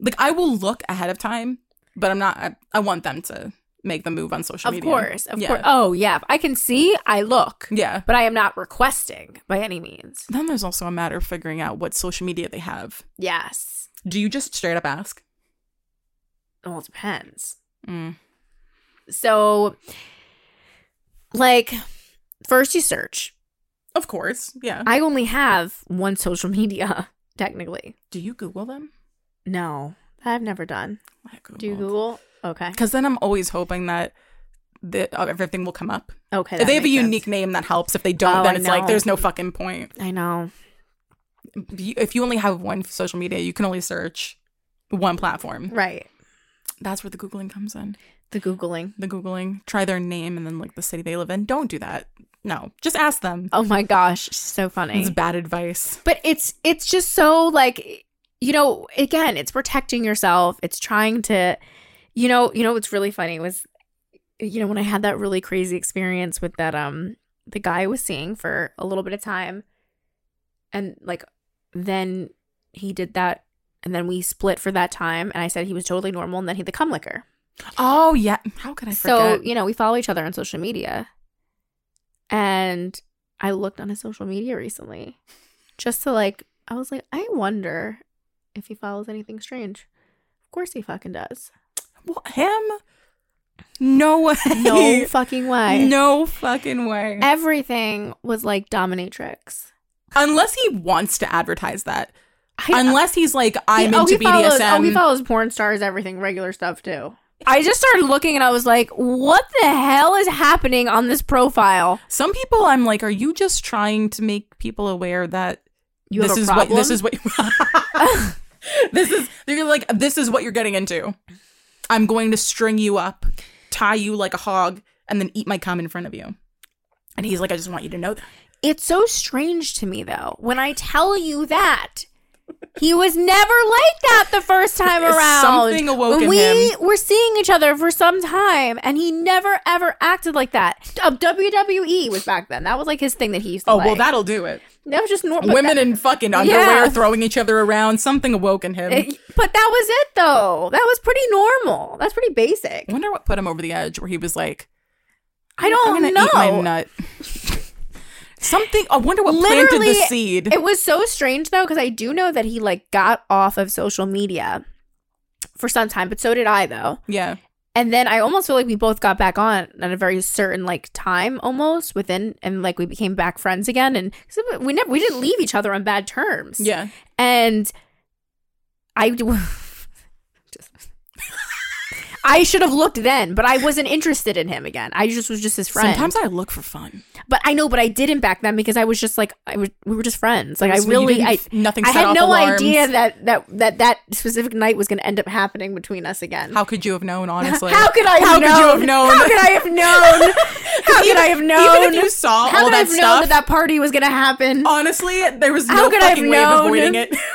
Speaker 1: Like, I will look ahead of time, but I'm not, I, I want them to make the move on social
Speaker 2: Of
Speaker 1: media.
Speaker 2: course. Of
Speaker 1: yeah.
Speaker 2: course. Oh, yeah. If I can see, I look,
Speaker 1: Yeah.
Speaker 2: but I am not requesting by any means.
Speaker 1: Then there's also a matter of figuring out what social media they have.
Speaker 2: Yes.
Speaker 1: Do you just straight up ask?
Speaker 2: Well, it depends.
Speaker 1: Mm.
Speaker 2: So, like, first you search.
Speaker 1: Of course. Yeah.
Speaker 2: I only have one social media, [LAUGHS] technically.
Speaker 1: Do you Google them?
Speaker 2: No, that I've never done.
Speaker 1: I
Speaker 2: Do you Google? Okay.
Speaker 1: Because then I'm always hoping that that uh, everything will come up.
Speaker 2: Okay.
Speaker 1: If
Speaker 2: that
Speaker 1: they have a
Speaker 2: makes sense.
Speaker 1: unique name that helps. If they don't,
Speaker 2: Oh,
Speaker 1: then
Speaker 2: I
Speaker 1: it's like
Speaker 2: know.
Speaker 1: there's no fucking point.
Speaker 2: I know.
Speaker 1: You- If you only have one social media, you can only search one platform.
Speaker 2: Right.
Speaker 1: That's where the googling comes in.
Speaker 2: The Googling.
Speaker 1: The googling, try their name and then like the city they live in. Don't do that. No, just ask them.
Speaker 2: Oh my gosh. So funny.
Speaker 1: It's bad advice.
Speaker 2: but it's it's just so like you know again it's protecting yourself it's trying to you know you know what's really funny was you know when i had that really crazy experience with that um the guy i was seeing for a little bit of time and like then he did that and then we split for that time and i said he was totally normal and then he had the cum liquor
Speaker 1: Oh yeah, how could I
Speaker 2: so
Speaker 1: forget?
Speaker 2: you know we follow each other on social media and i looked on his social media recently just to like i was like i wonder if he follows anything strange of course he fucking [LAUGHS] does
Speaker 1: Wha- him? No way.
Speaker 2: no fucking way
Speaker 1: [LAUGHS] No fucking way.
Speaker 2: everything was like dominatrix
Speaker 1: Unless he wants to advertise that.
Speaker 2: I,
Speaker 1: Unless he's like, I'm
Speaker 2: oh,
Speaker 1: into
Speaker 2: he
Speaker 1: BDSM.
Speaker 2: follows, oh he follows porn stars everything regular stuff too I just started looking and I was like, what the hell is happening on this profile?
Speaker 1: Some people, I'm like, are you just trying to make people aware that
Speaker 2: You
Speaker 1: this
Speaker 2: have a
Speaker 1: is
Speaker 2: problem.
Speaker 1: what this is what [LAUGHS] this is? You're like, this is what you're getting into. I'm going to string you up, tie you like a hog, and then eat my cum in front of you. And he's like, I just want you to know that.
Speaker 2: It's so strange to me though. When I tell you that he was never like that
Speaker 1: [LAUGHS]
Speaker 2: the first time around.
Speaker 1: Something awoke
Speaker 2: When
Speaker 1: in
Speaker 2: we
Speaker 1: him.
Speaker 2: were seeing each other for some time, and he never ever acted like that. Uh, WWE was back then. That was like his thing that he used to
Speaker 1: Oh, well,
Speaker 2: like.
Speaker 1: that'll do it.
Speaker 2: that was just normal.
Speaker 1: Women in fucking underwear
Speaker 2: Yeah.
Speaker 1: throwing each other around. Something awoke in him.
Speaker 2: but that was it though. That was pretty normal. That's pretty basic.
Speaker 1: I wonder what put him over the edge where he was like,
Speaker 2: I
Speaker 1: I'm
Speaker 2: don't
Speaker 1: gonna
Speaker 2: know.
Speaker 1: eat my nut. [LAUGHS] Something. I wonder what planted the
Speaker 2: Literally,
Speaker 1: seed.
Speaker 2: It was so strange though, because I do know that he like got off of social media for some time, but so did I though.
Speaker 1: yeah.
Speaker 2: And then I almost feel like we both got back on at a very certain like time almost within, and like we became back friends again. And 'cause we never we didn't leave each other on bad terms.
Speaker 1: Yeah.
Speaker 2: And I d- [LAUGHS] I should have looked then, but I wasn't interested in him again. I just was just his friend.
Speaker 1: Sometimes I look for fun.
Speaker 2: but I know, but I didn't back then because I was just like I was. We were just friends. Like I
Speaker 1: Just when you
Speaker 2: really,
Speaker 1: didn't-
Speaker 2: I
Speaker 1: nothing.
Speaker 2: I
Speaker 1: set
Speaker 2: had
Speaker 1: off
Speaker 2: no
Speaker 1: alarms.
Speaker 2: idea that that that that specific night was going to end up happening between us again.
Speaker 1: How could you have known? Honestly,
Speaker 2: How could I have
Speaker 1: How could
Speaker 2: known?
Speaker 1: you have known?
Speaker 2: How could I have known? How could I have
Speaker 1: [LAUGHS]
Speaker 2: known?
Speaker 1: Even if you saw
Speaker 2: How
Speaker 1: all
Speaker 2: could I
Speaker 1: that
Speaker 2: have known
Speaker 1: stuff,
Speaker 2: that that party was going
Speaker 1: [LAUGHS]
Speaker 2: to happen?
Speaker 1: honestly, there was no
Speaker 2: How could I have
Speaker 1: fucking way of
Speaker 2: known?
Speaker 1: avoiding it. [LAUGHS]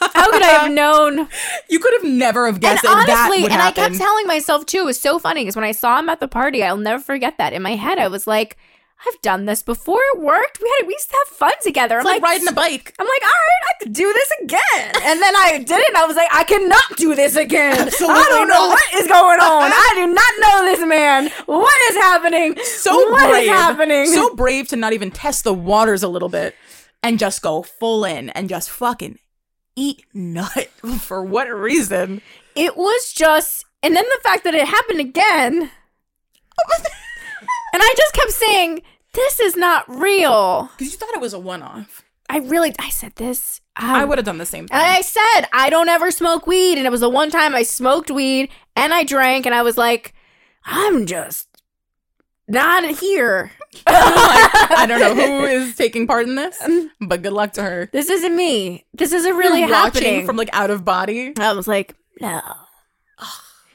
Speaker 2: How could I have known?
Speaker 1: you could have never have
Speaker 2: And
Speaker 1: guessed that that
Speaker 2: honestly,
Speaker 1: would
Speaker 2: and I
Speaker 1: happen.
Speaker 2: kept telling myself too, it was so funny because when I saw him at the party, I'll never forget that. In my head, I was like, I've done this before. It worked. We had we used to have fun together. I'm
Speaker 1: it's like, riding a bike.
Speaker 2: [LAUGHS] I'm like, all right, I could do this again. And then I did it, and I was like, I cannot do this again.
Speaker 1: Absolutely
Speaker 2: I don't know
Speaker 1: not.
Speaker 2: what
Speaker 1: [LAUGHS]
Speaker 2: is going on. I do not know this man. What is happening?
Speaker 1: So
Speaker 2: What is
Speaker 1: brave.
Speaker 2: happening?
Speaker 1: So brave to not even test the waters a little bit and just go full in and just fucking eat nut [LAUGHS] for what reason?
Speaker 2: it was just, and then the fact that it
Speaker 1: [LAUGHS]
Speaker 2: happened again, and I just kept saying, this is not real.
Speaker 1: Because you thought it was a one-off.
Speaker 2: I really, I said this.
Speaker 1: I
Speaker 2: um,
Speaker 1: would have done the
Speaker 2: [LAUGHS]
Speaker 1: same thing.
Speaker 2: And I said, I don't ever smoke weed. And it was the one time I smoked weed and I drank, and I was like, I'm just not here.
Speaker 1: I don't know who is taking part in this, but good luck to her.
Speaker 2: This isn't me. This isn't Um, really
Speaker 1: You're
Speaker 2: happening.
Speaker 1: watching from like out of body.
Speaker 2: I was like, no.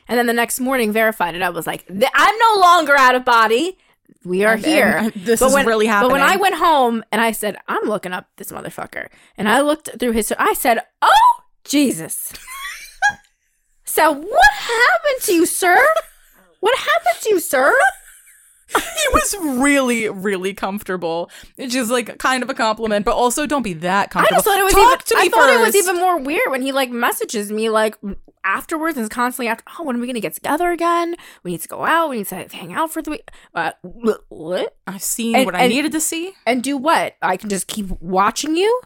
Speaker 2: And then the next morning, verified it. I was like, "Th- I'm no longer out of body. We are
Speaker 1: I'm-
Speaker 2: here.
Speaker 1: [LAUGHS] I'm- this is
Speaker 2: when,
Speaker 1: really
Speaker 2: But when
Speaker 1: happening.
Speaker 2: I went home and I said, I'm looking up this motherfucker, and I looked through his, I said, Oh Jesus. [LAUGHS] so what happened to you, sir? What happened to you, sir?
Speaker 1: He was really, really comfortable. It's just like kind of a compliment, but also don't be that
Speaker 2: I
Speaker 1: comfortable.
Speaker 2: just thought it was
Speaker 1: Talk
Speaker 2: even,
Speaker 1: to me
Speaker 2: I thought
Speaker 1: first.
Speaker 2: it was even more weird when he like messages me like afterwards and is constantly after. Oh, when are we gonna get together again? We need to go out. We need to hang out for the week. Uh, wh- what?
Speaker 1: I've seen
Speaker 2: and-
Speaker 1: what I
Speaker 2: and-
Speaker 1: needed to see.
Speaker 2: And do what? I can just keep watching you.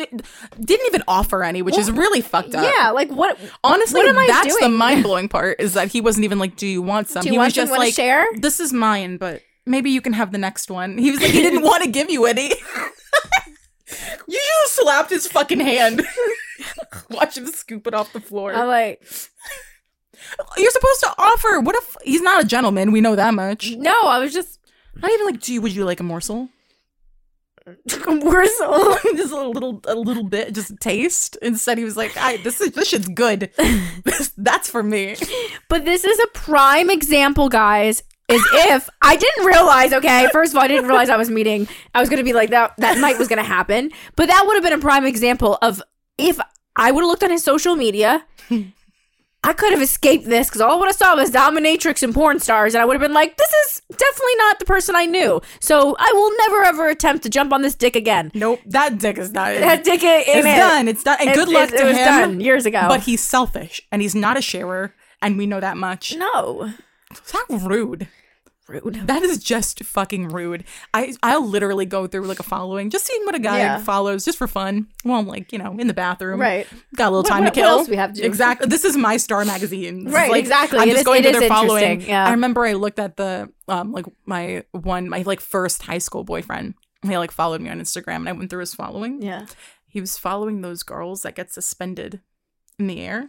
Speaker 1: It didn't even offer any, which is really fucked up.
Speaker 2: yeah, like
Speaker 1: um,
Speaker 2: what?
Speaker 1: Honestly,
Speaker 2: what am I
Speaker 1: that's the
Speaker 2: doing?
Speaker 1: mind blowing part is that he wasn't even like, "Do you want some?"
Speaker 2: Do you
Speaker 1: he
Speaker 2: want
Speaker 1: was
Speaker 2: some?
Speaker 1: just
Speaker 2: Wanna
Speaker 1: like,
Speaker 2: share?
Speaker 1: "This is mine, but maybe you can have the next one." He was like, he [LAUGHS] didn't want to give you any. you just slapped his fucking hand. [LAUGHS] Watch him scoop it off the floor.
Speaker 2: I'm like,
Speaker 1: You're supposed to offer. What if he's not a gentleman? We know that much.
Speaker 2: no, I was just [LAUGHS]
Speaker 1: Not even like, "Do you, would you like a morsel?"
Speaker 2: worse.
Speaker 1: [LAUGHS]
Speaker 2: off.
Speaker 1: just a little, a little bit, just a taste. Instead, he was like, "I this is this shit's [LAUGHS] good. This, that's for me."
Speaker 2: But this is a prime example, guys. Is if I didn't realize, okay, first of all, I didn't realize I was meeting. I was gonna be like that. That night was gonna happen. But that would have been a prime example of if I would have looked on his social media. I could have escaped this because all what I saw was dominatrix and porn stars, and I would have been like, "This is definitely not the person I knew." So I will never ever attempt to jump on this dick again.
Speaker 1: Nope, that dick is not.
Speaker 2: That dick ain't
Speaker 1: It's
Speaker 2: it.
Speaker 1: done. It's done. And
Speaker 2: It's-
Speaker 1: good luck
Speaker 2: it's-
Speaker 1: to
Speaker 2: it was
Speaker 1: him.
Speaker 2: done years ago.
Speaker 1: But he's selfish and he's not a sharer, and we know that much.
Speaker 2: no,
Speaker 1: It's not rude.
Speaker 2: rude.
Speaker 1: That is just fucking rude. I I'll literally go through like a following, just seeing what a guy
Speaker 2: Yeah.
Speaker 1: follows, just for fun. Well, I'm like you know, in the bathroom,
Speaker 2: Right.
Speaker 1: Got a little time
Speaker 2: what-
Speaker 1: to
Speaker 2: what
Speaker 1: kill.
Speaker 2: else we have to do?
Speaker 1: Exactly. This is my Star magazine. This is,
Speaker 2: Right, exactly.
Speaker 1: I'm
Speaker 2: It
Speaker 1: just
Speaker 2: is-
Speaker 1: going
Speaker 2: it
Speaker 1: to
Speaker 2: is
Speaker 1: their following.
Speaker 2: interesting, yeah.
Speaker 1: I remember I looked at the um like my one my like first high school boyfriend. He like followed me on Instagram, and I went through his following.
Speaker 2: Yeah.
Speaker 1: He was following those girls that get suspended in the air.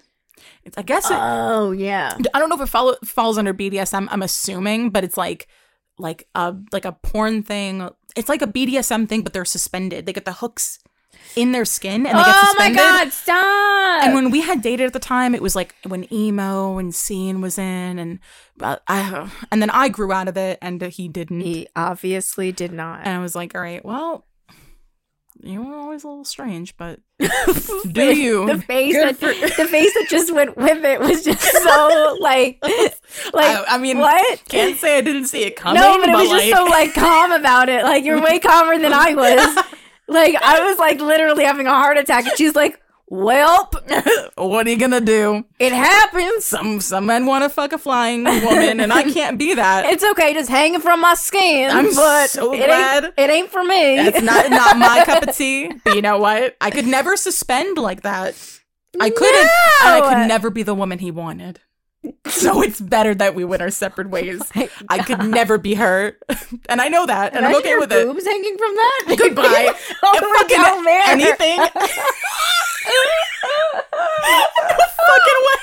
Speaker 1: It's, I guess it,
Speaker 2: Oh yeah.
Speaker 1: I don't know if it follow, falls under BDSM. I'm assuming, but it's like like a like a porn thing. It's like a BDSM thing, but they're suspended. They get the hooks in their skin and they get
Speaker 2: Oh my
Speaker 1: suspended.
Speaker 2: god, stop!
Speaker 1: And when we had dated at the time, it was like when emo and scene was in, and uh, I, and then I grew out of it, and he didn't.
Speaker 2: he obviously did not.
Speaker 1: And I was like, all right, well, you were always a little strange, [LAUGHS] but do
Speaker 2: face-
Speaker 1: you?
Speaker 2: The face,
Speaker 1: Good
Speaker 2: that, [LAUGHS] the face that just went with it
Speaker 1: [LAUGHS]
Speaker 2: was just so like, like
Speaker 1: I, I mean,
Speaker 2: what?
Speaker 1: can't say I didn't see it coming.
Speaker 2: no, but it was
Speaker 1: like,
Speaker 2: just so like calm about it. Like you're way calmer than I
Speaker 1: [LAUGHS]
Speaker 2: was. like I was like literally having a heart attack, and she's like, "Welp,
Speaker 1: what are you gonna do?
Speaker 2: it happens.
Speaker 1: Some some men want to fuck a flying woman, and I can't be that.
Speaker 2: It's okay, just hanging from my skin."
Speaker 1: I'm
Speaker 2: but
Speaker 1: so
Speaker 2: it
Speaker 1: glad.
Speaker 2: Ain't, it ain't for me.
Speaker 1: That's not not my cup of tea. But you know what? I could never suspend like that. I couldn't. And I
Speaker 2: No.
Speaker 1: could never be the woman he wanted. So it's better that we went our
Speaker 2: Oh
Speaker 1: separate ways. I could never be her, and I know that, and I'm
Speaker 2: Imagine
Speaker 1: okay
Speaker 2: your
Speaker 1: with it.
Speaker 2: boobs hanging from that. [LAUGHS]
Speaker 1: Goodbye.
Speaker 2: oh
Speaker 1: And
Speaker 2: my
Speaker 1: fucking
Speaker 2: God, man. [LAUGHS]
Speaker 1: anything. fucking what?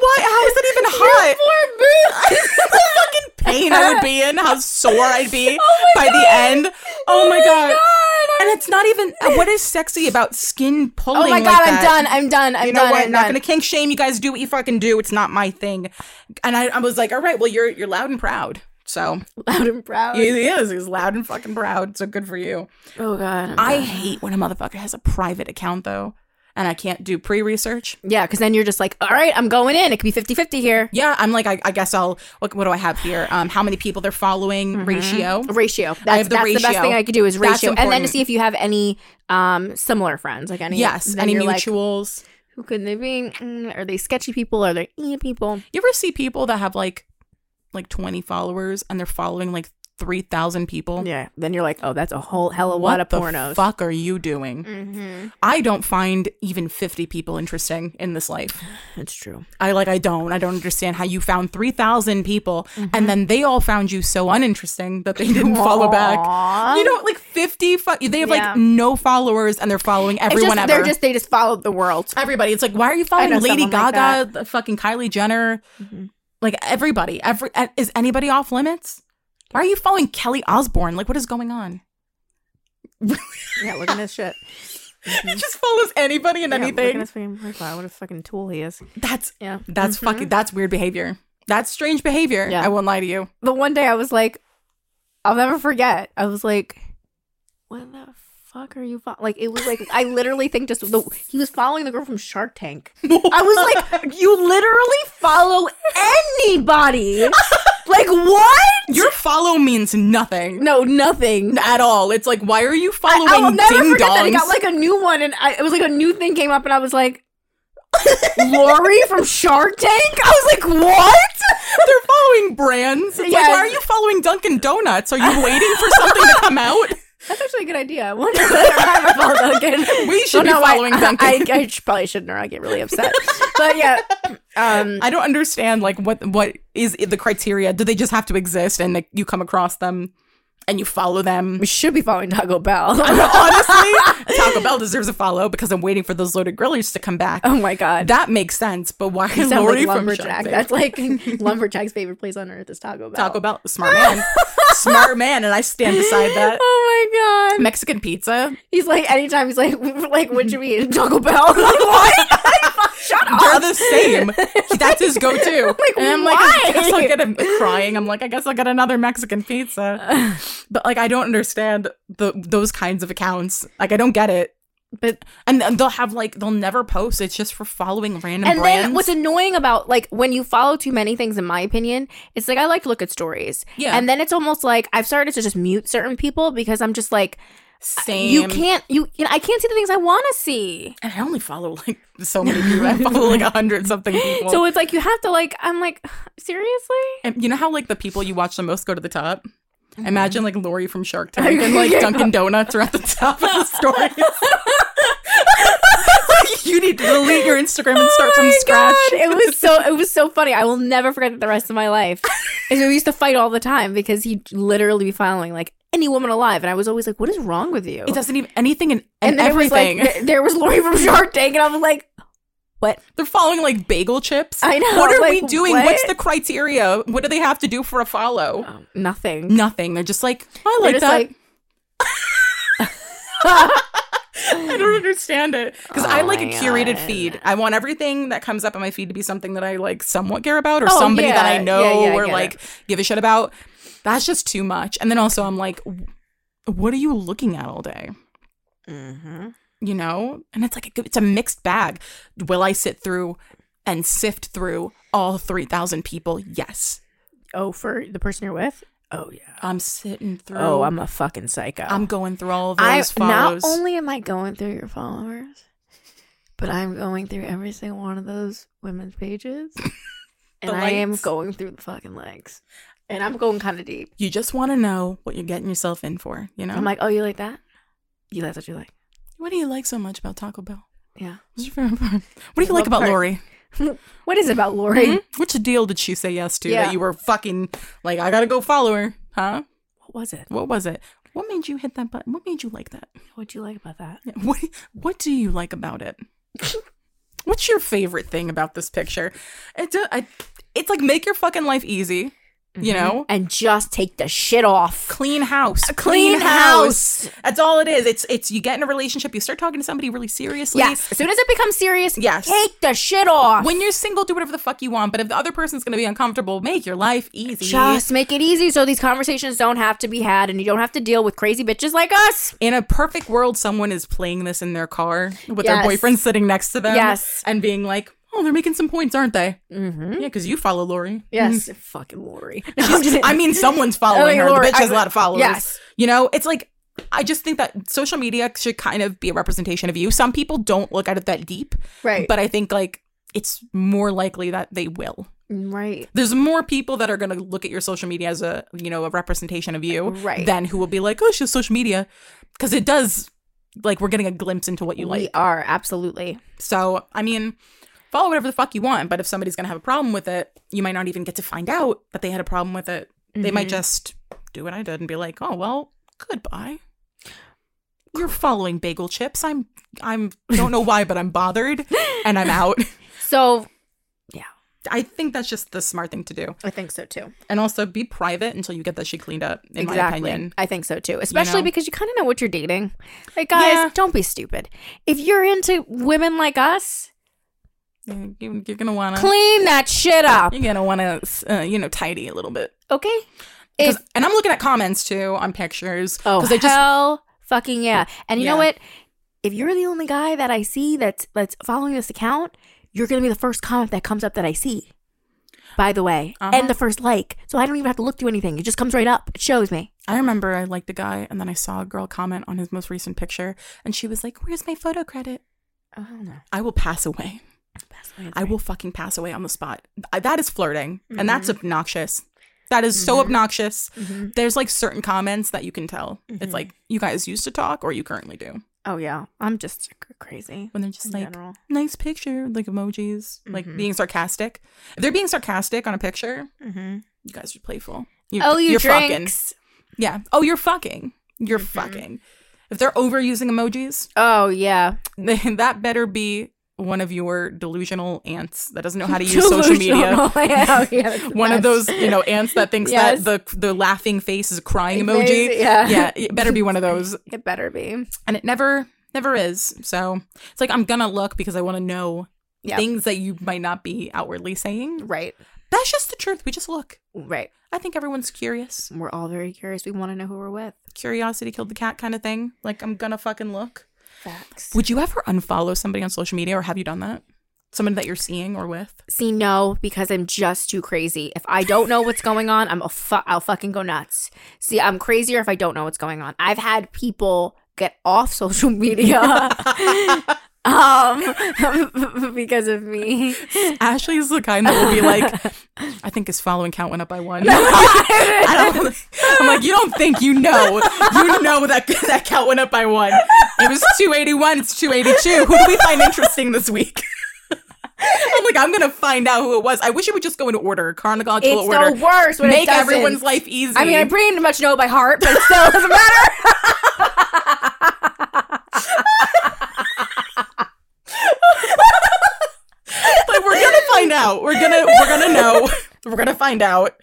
Speaker 1: Why? How is that even hot? the fucking pain I would be in, how sore I'd
Speaker 2: [LAUGHS]
Speaker 1: be by the end. Oh, my god. And it's not even what is sexy about skin pulling.
Speaker 2: Oh my
Speaker 1: like
Speaker 2: god, I'm
Speaker 1: that?
Speaker 2: done. I'm done. I'm
Speaker 1: You know
Speaker 2: done.
Speaker 1: what?
Speaker 2: I'm
Speaker 1: not
Speaker 2: done.
Speaker 1: gonna kink shame. You guys do what you fucking do. It's not my thing. And I, I was like, all right, well, you're you're loud and proud. So
Speaker 2: [LAUGHS] Loud and proud.
Speaker 1: he, he is. He's loud and fucking proud. So good for you.
Speaker 2: Oh god. I'm
Speaker 1: I
Speaker 2: done.
Speaker 1: hate when a motherfucker has a private account though, and I can't do pre-research.
Speaker 2: yeah, because then you're just like, all right, I'm going in. It could be 50-50 here.
Speaker 1: Yeah, I'm like, I, I guess I'll. What, what do I have here? Um, how many people they're following?
Speaker 2: Mm-hmm.
Speaker 1: Ratio.
Speaker 2: Ratio. That's,
Speaker 1: have the
Speaker 2: that's the best
Speaker 1: ratio.
Speaker 2: thing I could do is
Speaker 1: That's
Speaker 2: ratio, and then to
Speaker 1: important.
Speaker 2: see if you have any um similar friends, like any
Speaker 1: Yes.
Speaker 2: then
Speaker 1: Any
Speaker 2: you're like,
Speaker 1: mutuals?
Speaker 2: who could they be? Mm, are they sketchy people? Are they eh, people?
Speaker 1: you ever see people that have like, like 20 followers and they're following like 3,000 people?
Speaker 2: Yeah. Then you're like, oh, that's a whole hell of a
Speaker 1: What
Speaker 2: lot of
Speaker 1: the
Speaker 2: pornos.
Speaker 1: fuck are you doing?
Speaker 2: Mm-hmm.
Speaker 1: I don't find even 50 people interesting in this life.
Speaker 2: That's true.
Speaker 1: I like I don't I don't understand how you found 3,000 people
Speaker 2: Mm-hmm.
Speaker 1: and then they all found you so uninteresting that they didn't follow back.
Speaker 2: Aw.
Speaker 1: You know, like 50 fo- they have
Speaker 2: Yeah.
Speaker 1: like no followers and they're following
Speaker 2: It's
Speaker 1: everyone
Speaker 2: just,
Speaker 1: ever.
Speaker 2: they're just they just followed the world.
Speaker 1: everybody. It's like why are you
Speaker 2: know
Speaker 1: following Lady
Speaker 2: someone like
Speaker 1: Gaga, the fucking Kylie Jenner, like everybody. Every uh, is anybody off limits? Why are you following Kelly Osborne? Like what is going
Speaker 2: [LAUGHS]
Speaker 1: on?
Speaker 2: Yeah, look at this shit.
Speaker 1: It just follows anybody and
Speaker 2: Yeah, Look at
Speaker 1: anything.
Speaker 2: his fucking profile. What a fucking tool he is.
Speaker 1: That's
Speaker 2: Yeah.
Speaker 1: That's fucking that's weird behavior. That's strange behavior.
Speaker 2: Mm-hmm. Yeah.
Speaker 1: I won't lie to you.
Speaker 2: The one day I was like, I'll never forget. I was like, what the fuck are you fo-? like? It was like I literally think just the he was following the girl from Shark
Speaker 1: [LAUGHS]
Speaker 2: Tank. I was like, you literally follow anybody?
Speaker 1: [LAUGHS]
Speaker 2: like what?
Speaker 1: Your follow means nothing
Speaker 2: No, nothing.
Speaker 1: at all. It's like why are you following
Speaker 2: I, will never
Speaker 1: ding
Speaker 2: forget that. It
Speaker 1: dongs?
Speaker 2: got like a new one, and I, it was like a new thing came up, and I was like, [LAUGHS] Lori from Shark Tank. I was like, what?
Speaker 1: [LAUGHS] They're following brands. It's like
Speaker 2: Yes.
Speaker 1: why are you following Dunkin' Donuts? Are you waiting for something to come
Speaker 2: [LAUGHS]
Speaker 1: out?
Speaker 2: That's actually a good idea. I wonder if I ever follow
Speaker 1: [LAUGHS]
Speaker 2: Duncan.
Speaker 1: We should be following
Speaker 2: I,
Speaker 1: Duncan.
Speaker 2: I, I sh- probably shouldn't, or I get really upset. but yeah, um,
Speaker 1: I don't understand like what what is the criteria? Do they just have to exist and like, you come across them and you follow them?
Speaker 2: we should be following Taco Bell. [LAUGHS]
Speaker 1: Honestly, Taco Bell deserves a follow because I'm waiting for those loaded grillers to come back.
Speaker 2: oh my god,
Speaker 1: That makes sense, but why is
Speaker 2: sound
Speaker 1: Lori
Speaker 2: like
Speaker 1: from
Speaker 2: lumberjack.
Speaker 1: Shark Tank?
Speaker 2: That's
Speaker 1: [LAUGHS]
Speaker 2: like lumberjack's favorite place on earth is Taco Bell.
Speaker 1: Taco
Speaker 2: [LAUGHS]
Speaker 1: Bell, smart man, smart man, and I stand beside that.
Speaker 2: Oh my god,
Speaker 1: Mexican pizza
Speaker 2: he's like anytime he's like [LAUGHS] like when should we eat Taco Bell? [LAUGHS] like what? Shut up.
Speaker 1: are the
Speaker 2: [LAUGHS]
Speaker 1: same. That's his go-to. and I'm like, I
Speaker 2: why?
Speaker 1: guess I'll get him crying. I'm like, I guess I'll get another Mexican
Speaker 2: [SIGHS]
Speaker 1: pizza. But like, I don't understand the those kinds of accounts. Like, I don't get it.
Speaker 2: But
Speaker 1: And and they'll have like they'll never post. It's just for following random
Speaker 2: And
Speaker 1: brands.
Speaker 2: then what's annoying about like when you follow too many things, in my opinion, it's like I like to look at stories.
Speaker 1: Yeah.
Speaker 2: And then it's almost like I've started to just mute certain people because I'm just like
Speaker 1: same.
Speaker 2: you can't you, you know, I can't see the things I want to see.
Speaker 1: And I only follow like
Speaker 2: [LAUGHS]
Speaker 1: so many people. I follow like a hundred something people.
Speaker 2: So it's like you have to like I'm like [SIGHS] seriously.
Speaker 1: And you know how like the people you watch the most go to the top?
Speaker 2: Mm-hmm.
Speaker 1: Imagine like Lori from
Speaker 2: [LAUGHS]
Speaker 1: Shark Tank and like Dunkin' Donuts are at the top of the stories. you need to delete your Instagram and start from scratch.
Speaker 2: Oh God, it was so it
Speaker 1: [LAUGHS]
Speaker 2: was so funny. I will never forget it the rest of my life. And we used to fight all the time because he'd literally be following like any woman alive. And I was always like, what is wrong with you?
Speaker 1: It doesn't even anything and,
Speaker 2: and
Speaker 1: and,
Speaker 2: then
Speaker 1: everything.
Speaker 2: It was like, th- there was Lori from Shark Tank, and I was like, what?
Speaker 1: [LAUGHS] They're following like bagel chips.
Speaker 2: I know,
Speaker 1: What are
Speaker 2: like,
Speaker 1: we doing?
Speaker 2: what?
Speaker 1: What's the criteria? What do they have to do for a follow?
Speaker 2: Um, nothing.
Speaker 1: Nothing. They're just like, "Oh, I
Speaker 2: They're
Speaker 1: like
Speaker 2: just
Speaker 1: that.
Speaker 2: [LAUGHS] like-
Speaker 1: I don't understand it because I
Speaker 2: Oh
Speaker 1: like a
Speaker 2: my
Speaker 1: curated
Speaker 2: God.
Speaker 1: feed. I want everything that comes up on my feed to be something that I like somewhat care about or
Speaker 2: Oh,
Speaker 1: somebody that
Speaker 2: yeah.
Speaker 1: I know
Speaker 2: Yeah, yeah, I
Speaker 1: or
Speaker 2: get
Speaker 1: like give a shit about. That's just too much. And then also, I'm like, w- what are you looking at all day?
Speaker 2: mm-hmm.
Speaker 1: You know, and it's like a, good- it's a mixed bag. Will I sit through and sift through all three thousand people? Yes,
Speaker 2: Oh, for the person you're with? Oh, yeah.
Speaker 1: I'm sitting through.
Speaker 2: Oh, I'm a fucking psycho.
Speaker 1: I'm going through all of
Speaker 2: I-
Speaker 1: those follows.
Speaker 2: Not only am I going through your followers, but I'm going through every single one of those women's [LAUGHS] pages. and I am
Speaker 1: likes.
Speaker 2: going through the fucking legs. And I'm going kind of deep.
Speaker 1: you just want to know what you're getting yourself in for. You know,
Speaker 2: I'm like, oh, you like that? You like what you like.
Speaker 1: what do you like so much about Taco Bell?
Speaker 2: Yeah.
Speaker 1: What's your favorite part? What do you
Speaker 2: What
Speaker 1: like about
Speaker 2: part?
Speaker 1: Lori?
Speaker 2: What is it about Lori?
Speaker 1: Which deal did she say yes to
Speaker 2: Hmm? Yeah.
Speaker 1: that you were fucking like, I gotta go follow her? Huh?
Speaker 2: What was it?
Speaker 1: What was it? What made you hit that button? What made you like that? [LAUGHS]
Speaker 2: What'd you like about that?
Speaker 1: Yeah, What What do you like about
Speaker 2: [LAUGHS]
Speaker 1: it? What's your favorite thing about this picture? It do, I, it's like make your fucking life easy,
Speaker 2: Mm-hmm.
Speaker 1: you know.
Speaker 2: And just take the shit off.
Speaker 1: Clean house,
Speaker 2: clean
Speaker 1: That's all it is. It's it's you get in a relationship, you start talking to somebody really seriously.
Speaker 2: Yes. As soon as it becomes serious,
Speaker 1: Yes.
Speaker 2: take the shit off.
Speaker 1: When you're single, do whatever the fuck you want. But if the other person's gonna be uncomfortable, make your life easy.
Speaker 2: just make it easy so these conversations don't have to be had and you don't have to deal with crazy bitches like us.
Speaker 1: in a perfect world, someone is playing this in their car with their
Speaker 2: Yes.
Speaker 1: boyfriend sitting next to them.
Speaker 2: Yes. Mm.
Speaker 1: And being like, oh, they're making some points, aren't they? Mm-hmm. Yeah, because you follow Lori. Mm.
Speaker 2: Yes. [LAUGHS] Fucking Lori. No, I'm [LAUGHS] just-
Speaker 1: I mean, someone's following
Speaker 2: Oh,
Speaker 1: her.
Speaker 2: Lori,
Speaker 1: the bitch has
Speaker 2: I-
Speaker 1: a lot of followers.
Speaker 2: yes.
Speaker 1: You know, it's like, I just think that social media should kind of be a representation of you. Some people don't look at it that deep.
Speaker 2: Right.
Speaker 1: But I think, like, it's more likely that they will.
Speaker 2: right.
Speaker 1: There's more people that are going to look at your social media as a, you know, a representation of you
Speaker 2: Right.
Speaker 1: than who will be like, oh, she's social media. Because it does, like, we're getting a glimpse into what you like.
Speaker 2: we are absolutely.
Speaker 1: So, I mean, follow whatever the fuck you want, but if somebody's going to have a problem with it, you might not even get to find out that they had a problem with it. They might just do what I did and be like, "Oh, well, goodbye." You're following bagel chips. I'm I'm don't know why, but I'm bothered and I'm out.
Speaker 2: So
Speaker 1: I think that's just the smart thing to do.
Speaker 2: I think so too.
Speaker 1: And also be private until you get that shit cleaned up in my opinion.
Speaker 2: I think so too. Especially
Speaker 1: know?
Speaker 2: because you kind of know what you're dating. Like guys,
Speaker 1: Yeah.
Speaker 2: don't be stupid. If you're into women like us,
Speaker 1: You- You're going to want to
Speaker 2: clean that shit up.
Speaker 1: you're going to want to uh, you know tidy a little bit.
Speaker 2: Okay?
Speaker 1: 'Cause-
Speaker 2: If
Speaker 1: and I'm looking at comments too on pictures
Speaker 2: Oh,
Speaker 1: I just
Speaker 2: hell fucking yeah. And you know
Speaker 1: Yeah.
Speaker 2: what? If you're the only guy that I see that's that's following this account, you're gonna be the first comment that comes up that I see. By the way,
Speaker 1: Uh-huh.
Speaker 2: and the first like, so I don't even have to look through anything. It just comes right up. It shows me.
Speaker 1: I remember I liked a guy, and then I saw a girl comment on his most recent picture, and she was like, Where's my photo credit?
Speaker 2: Oh hell no!
Speaker 1: I will pass away. I will fucking pass away on the spot. I, that is flirting, and that's
Speaker 2: Mm-hmm.
Speaker 1: obnoxious. That is so obnoxious. There's like certain comments that you can tell.
Speaker 2: Mm-hmm.
Speaker 1: It's like, You guys used to talk, or you currently do.
Speaker 2: Oh yeah, I'm just c- crazy.
Speaker 1: When they're just
Speaker 2: In
Speaker 1: like,
Speaker 2: general.
Speaker 1: Nice picture, like emojis, like being sarcastic. If they're being sarcastic on a picture,
Speaker 2: Mm-hmm.
Speaker 1: you guys are playful. You,
Speaker 2: Oh, you
Speaker 1: you're fucking.
Speaker 2: drinks. Mm-hmm.
Speaker 1: Yeah. Oh, you're fucking. You're fucking. If they're overusing emojis, [LAUGHS]
Speaker 2: Oh yeah,
Speaker 1: then that better be one of your delusional ants that doesn't know
Speaker 2: [LAUGHS]
Speaker 1: how to use social media.
Speaker 2: Delusional. [LAUGHS] oh, yeah, that's the
Speaker 1: [LAUGHS] One of
Speaker 2: best.
Speaker 1: those, you know, ants that thinks
Speaker 2: Yes.
Speaker 1: that the the laughing face is a crying
Speaker 2: Face,
Speaker 1: emoji.
Speaker 2: yeah.
Speaker 1: yeah, it better be one of those,
Speaker 2: [LAUGHS] It better be.
Speaker 1: and it never never is. So it's like I'm gonna look because I want to know
Speaker 2: Yeah.
Speaker 1: things that you might not be outwardly saying.
Speaker 2: Right.
Speaker 1: That's just the truth. We just look.
Speaker 2: Right.
Speaker 1: I think everyone's curious.
Speaker 2: We're all very curious. We want to know who we're with.
Speaker 1: Curiosity killed the cat, kind of thing. Like I'm gonna fucking look.
Speaker 2: Facts.
Speaker 1: Would you ever unfollow somebody on social media, or have you done that? Someone that you're seeing or with?
Speaker 2: See, no, because I'm just too crazy. If I don't know what's going on, I'm a fu- I'll fucking go nuts. See, I'm crazier if I don't know what's going on. I've had people get off [LAUGHS]
Speaker 1: [LAUGHS]
Speaker 2: social media um, [LAUGHS] because of me.
Speaker 1: Ashley is the kind that will be
Speaker 2: [LAUGHS]
Speaker 1: like, I think his following count went up by one. [LAUGHS] I don't, I'm like, you don't think you know. You know that that count went up by one. It was 281, it's 282. Who do we find interesting this week? [LAUGHS] I'm I'm like, I'm gonna find out who it was. I wish it would just go in order, chronological
Speaker 2: It's
Speaker 1: order.
Speaker 2: the worst when it
Speaker 1: Make
Speaker 2: doesn't.
Speaker 1: everyone's life easy.
Speaker 2: I mean, I pretty much know it by heart, but it
Speaker 1: [LAUGHS]
Speaker 2: still [LAUGHS] doesn't matter.
Speaker 1: but we're gonna find out. We're gonna we're gonna know. [LAUGHS] We're gonna find out.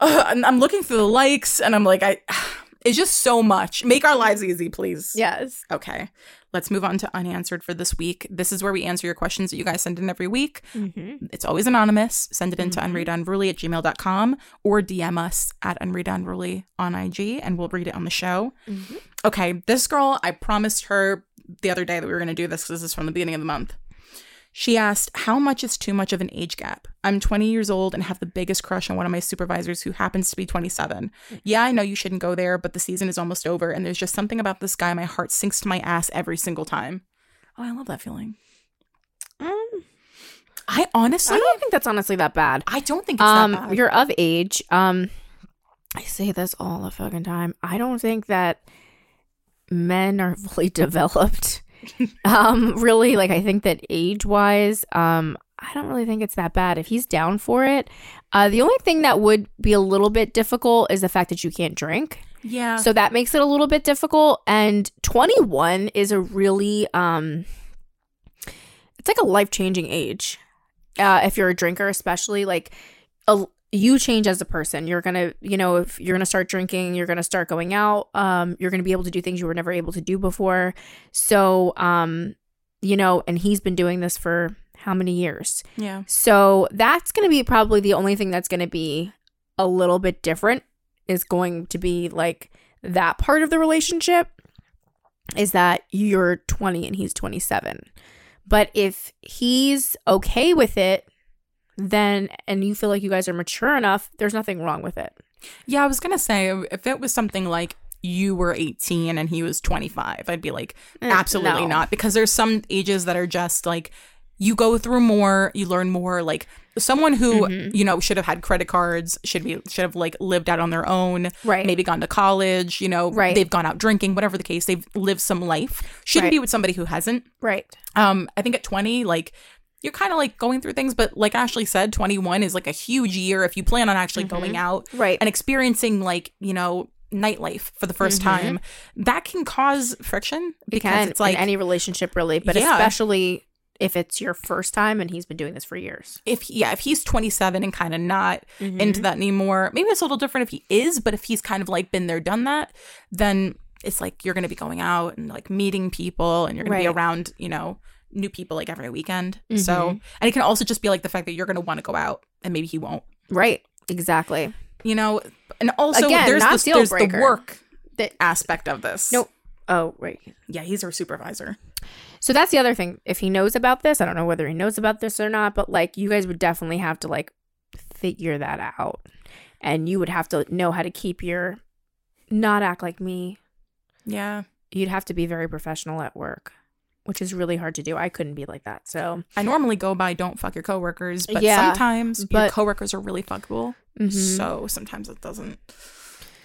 Speaker 1: Uh, and I'm looking through the likes, and I'm like, I. [SIGHS] It's just so much. Make our lives easy, please.
Speaker 2: Yes.
Speaker 1: Okay. Let's move on to unanswered for this week. This is where we answer your questions that you guys send in every week. It's always anonymous. Send it in to unreadunruly at gmail.com or DM us at unreadunruly on IG and we'll read it on the show. Okay, this girl, I promised her the other day that we were going to do this 'cause this is from the beginning of the month. She asked, How much is too much of an age gap? I'm 20 years old and have the biggest crush on one of my supervisors who happens to be 27. Yeah, I know you shouldn't go there, but the season is almost over, and there's just something about this guy my heart sinks to my ass every single time. Oh, I love that feeling. I honestly,
Speaker 2: Mm, I don't think that's honestly that bad.
Speaker 1: I don't think it's that
Speaker 2: Um,
Speaker 1: bad.
Speaker 2: you're of age. Um, I say this all the fucking time. I don't think that men are [LAUGHS]
Speaker 1: [LAUGHS]
Speaker 2: fully developed. um, really, like I think that age wise, um, I don't really think it's that bad. If he's down for it, uh, the only thing that would be a little bit difficult is the fact that you can't drink.
Speaker 1: Yeah.
Speaker 2: So that makes it a little bit difficult. And 21 is a really, um, it's like a life changing age. Uh, if you're a drinker, especially like a, you change as a person. You're going to, you know, if you're going to start drinking, you're going to start going out. Um, you're going to be able to do things you were never able to do before. So, um, you know, and he's been doing this for how many years?
Speaker 1: yeah.
Speaker 2: So that's going to be probably the only thing that's going to be a little bit different is going to be like that part of the relationship is that you're 20 and he's 27. But if he's okay with it, then and you feel like you guys are mature enough, there's nothing wrong with it.
Speaker 1: Yeah, I was going to say, if it was something like you were 18 and he was 25, I'd be like,
Speaker 2: Eh,
Speaker 1: absolutely
Speaker 2: no.
Speaker 1: not. Because there's some ages that are just like, you go through more, you learn more. Like, someone who,
Speaker 2: Mm-hmm.
Speaker 1: you know, should have had credit cards, should be, should have like lived out on their own.
Speaker 2: Right.
Speaker 1: maybe gone to college, you know,
Speaker 2: Right.
Speaker 1: they've gone out drinking, whatever the case, they've lived some life. Shouldn't
Speaker 2: Right.
Speaker 1: be with somebody who hasn't.
Speaker 2: Right.
Speaker 1: Um, I think at 20, like you're kind of like going through things, but like Ashley said, 21 is like a huge year if you plan on actually
Speaker 2: Mm-hmm.
Speaker 1: going out
Speaker 2: Right.
Speaker 1: and experiencing like, you know, nightlife for the 1st time. That can cause friction because
Speaker 2: Because
Speaker 1: it's like
Speaker 2: Mm-hmm. in any relationship really, but
Speaker 1: Yeah.
Speaker 2: especially if it's your first time and he's been doing this for years.
Speaker 1: if yeah, if he's 27 and kind of not
Speaker 2: Mm-hmm.
Speaker 1: into that anymore, maybe it's a little different if he is, but if he's kind of like been there, done that, then it's like you're going to be going out and like meeting people and you're going to
Speaker 2: Right.
Speaker 1: be around, you know, new people like every weekend. So,
Speaker 2: Mm-hmm.
Speaker 1: and it can also just be like the fact that you're going to want to go out and maybe he won't,
Speaker 2: Right. Exactly.
Speaker 1: you know, and also
Speaker 2: Again,
Speaker 1: there's,
Speaker 2: not
Speaker 1: this,
Speaker 2: deal
Speaker 1: there's the
Speaker 2: breaker.
Speaker 1: work
Speaker 2: That
Speaker 1: aspect of this.
Speaker 2: Nope. oh, right.
Speaker 1: Yeah, he's our supervisor.
Speaker 2: So that's the other thing. If he knows about this, I don't know whether he knows about this or not, but like you guys would definitely have to like figure that out. And you would have to know how to keep your not act like me.
Speaker 1: Yeah.
Speaker 2: You'd have to be very professional at work, which is really hard to do. I couldn't be like that. So,
Speaker 1: I normally go by don't fuck your coworkers, but
Speaker 2: Yeah,
Speaker 1: sometimes your
Speaker 2: but-
Speaker 1: coworkers are really fuckable.
Speaker 2: mhm.
Speaker 1: So sometimes it doesn't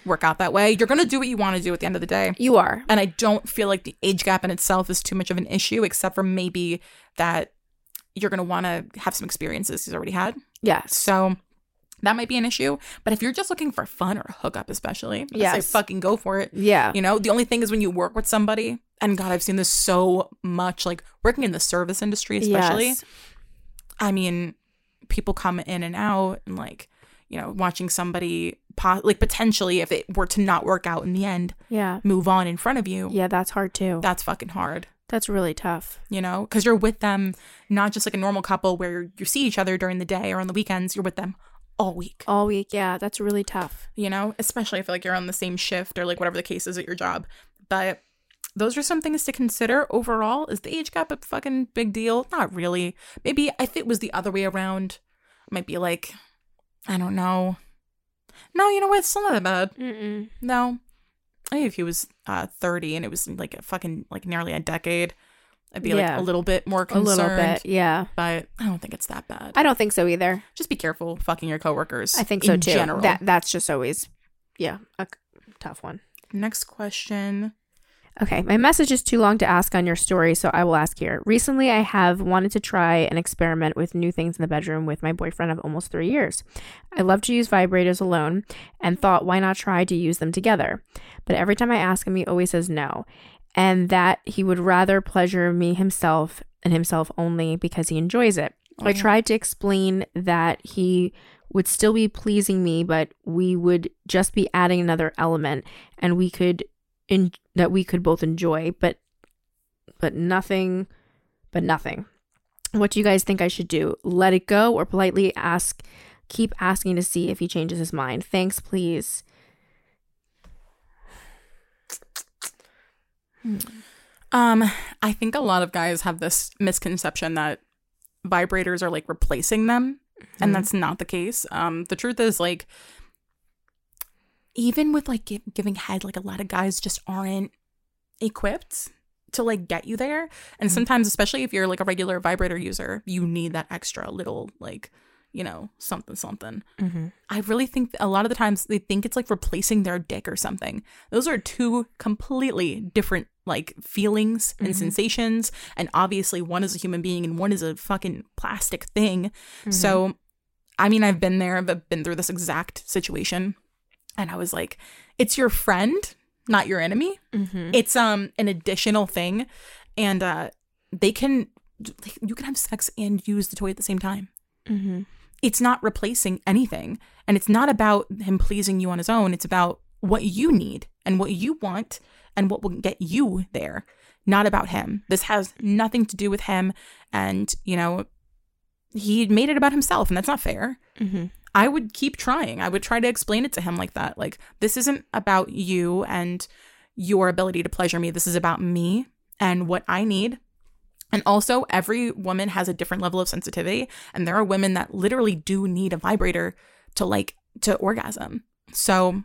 Speaker 1: work out that way. You're going to do what you want to do at the end of the day.
Speaker 2: you are.
Speaker 1: And I don't feel like the age gap in itself is too much of an issue, except for maybe that you're going to want to have some experiences he's already had.
Speaker 2: Yes.
Speaker 1: So that might be an issue. But if you're just looking for fun or a hookup, especially, yeah,
Speaker 2: Yes.
Speaker 1: fucking go for it.
Speaker 2: Yeah.
Speaker 1: You know, the only thing is when you work with somebody, and God, I've seen this so much, like working in the service industry, especially.
Speaker 2: Yes.
Speaker 1: I mean, people come in and out, and like, you know, watching somebody, po- like potentially, if it were to not work out in the end,
Speaker 2: Yeah.
Speaker 1: move on in front of you.
Speaker 2: Yeah, that's hard too.
Speaker 1: That's fucking hard,
Speaker 2: That's really tough.
Speaker 1: you know, because you're with them, not just like a normal couple where you see each other during the day or on the weekends. You're with them all week,
Speaker 2: All week, yeah, that's really tough.
Speaker 1: you know, especially if like you're on the same shift or like whatever the case is at your job. But those are some things to consider overall. Is the age gap a fucking big deal? Not really. Maybe if it was the other way around, I might be like, I don't know. No, you know what? It's still not that bad.
Speaker 2: Mm-mm.
Speaker 1: No. I think if he was uh, 30 and it was like a fucking, like nearly a decade, I'd be
Speaker 2: Yeah.
Speaker 1: like a little bit more
Speaker 2: A
Speaker 1: concerned.
Speaker 2: little bit. Yeah.
Speaker 1: But I don't think it's that bad.
Speaker 2: I don't think so either.
Speaker 1: Just be careful fucking your coworkers.
Speaker 2: I think so
Speaker 1: in
Speaker 2: too.
Speaker 1: General.
Speaker 2: That that's just always, yeah, a c- tough one.
Speaker 1: Next question.
Speaker 2: Okay, my message is too long to ask on your story, so I will ask here. Recently, I have wanted to try and experiment with new things in the bedroom with my boyfriend of almost three years. I love to use vibrators alone and thought, why not try to use them together? But every time I ask him, he always says no, and that he would rather pleasure me himself and himself only because he enjoys it. I tried to explain that he would still be pleasing me, but we would just be adding another element and we could in that we could both enjoy, but but nothing but nothing. What do you guys think I should do? Let it go or politely ask keep asking to see if he changes his mind. Thanks, please.
Speaker 1: Um, I think a lot of guys have this misconception that vibrators are like replacing them, and that's not the case. Um, the truth is like even with like gi- giving head, like a lot of guys just aren't equipped to like get you there. And sometimes, especially if you're like a regular vibrator user, you need that extra little like you know something something. I really think a lot of the times they think it's like replacing their dick or something. Those are two completely different like feelings and sensations. And obviously, one is a human being and one is a fucking plastic thing. So, I mean, I've been there, I've been through this exact situation. And I was like, it's your friend, not your enemy. It's um an additional thing. And uh, they can, like, you can have sex and use the toy at the same time it's not replacing anything. And it's not about him pleasing you on his own. It's about what you need and what you want and what will get you there, not about him. This has nothing to do with him. And, you know, he made it about himself, and that's not fair. I would keep trying. I would try to explain it to him like that. Like, this isn't about you and your ability to pleasure me. This is about me and what I need and also, every woman has a different level of sensitivity, and there are women that literally do need a vibrator to like to orgasm. So,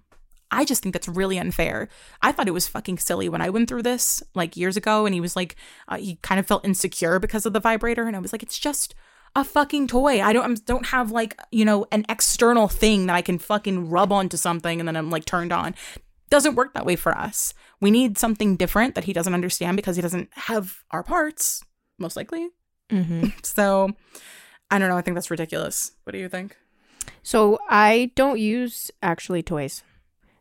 Speaker 1: I just think that's really unfair. I thought it was fucking silly when I went through this like years ago, and he was like, uh, he kind of felt insecure because of the vibrator, and I was like, it's just a fucking toy. I don't I'm, don't have like you know an external thing that I can fucking rub onto something, and then I'm like turned on. Doesn't work that way for us. We need something different that he doesn't understand because he doesn't have our parts most likely.
Speaker 2: Mm-hmm.
Speaker 1: So I don't know. I think that's ridiculous. What do you think?
Speaker 2: So I don't use actually toys.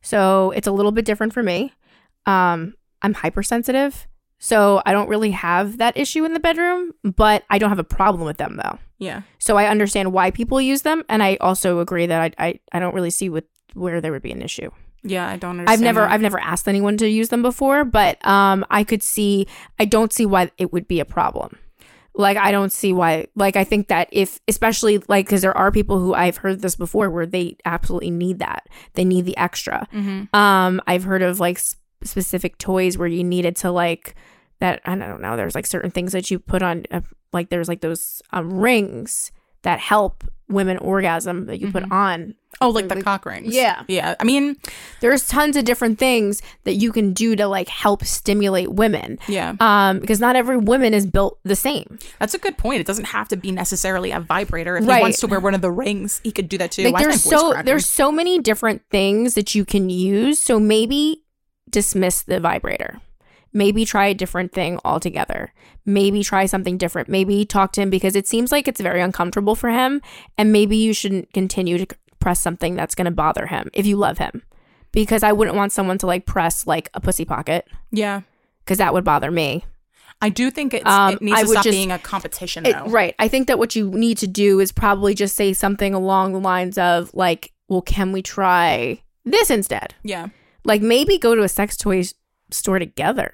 Speaker 2: So it's a little bit different for me. Um, I'm hypersensitive. So I don't really have that issue in the bedroom, but I don't have a problem with them though.
Speaker 1: Yeah.
Speaker 2: So I understand why people use them. And I also agree that I, I, I don't really see what, where there would be an issue.
Speaker 1: Yeah, I don't understand.
Speaker 2: I've never
Speaker 1: that.
Speaker 2: I've never asked anyone to use them before, but um I could see I don't see why it would be a problem. Like I don't see why like I think that if especially like cuz there are people who I've heard this before where they absolutely need that. They need the extra.
Speaker 1: Mhm.
Speaker 2: Um I've heard of like s- specific toys where you needed to like that I don't know there's like certain things that you put on uh, like there's like those um, rings that help women orgasm that you put on
Speaker 1: Oh, like the cock rings.
Speaker 2: Yeah.
Speaker 1: Yeah. I mean,
Speaker 2: there's tons of different things that you can do to like help stimulate women
Speaker 1: yeah.
Speaker 2: um because not every woman is built the same
Speaker 1: That's a good point. It doesn't have to be necessarily a vibrator. If he
Speaker 2: Right.
Speaker 1: wants to wear one of the rings, he could do that too.
Speaker 2: like
Speaker 1: Why is
Speaker 2: there's
Speaker 1: my voice
Speaker 2: so
Speaker 1: cracking?
Speaker 2: there's so many different things that you can use so maybe dismiss the vibrator maybe try a different thing altogether maybe try something different maybe talk to him because it seems like it's very uncomfortable for him and maybe you shouldn't continue to c- press something that's going to bother him if you love him because i wouldn't want someone to like press like a pussy pocket
Speaker 1: yeah.
Speaker 2: because that would bother me
Speaker 1: I do think it's,
Speaker 2: Um,
Speaker 1: it needs
Speaker 2: I
Speaker 1: to
Speaker 2: would
Speaker 1: stop
Speaker 2: just-
Speaker 1: being a competition,
Speaker 2: It-
Speaker 1: though.
Speaker 2: right. I think that what you need to do is probably just say something along the lines of like, "Well, can we try this instead?"
Speaker 1: Yeah.
Speaker 2: Like maybe go to a sex toy s- store together.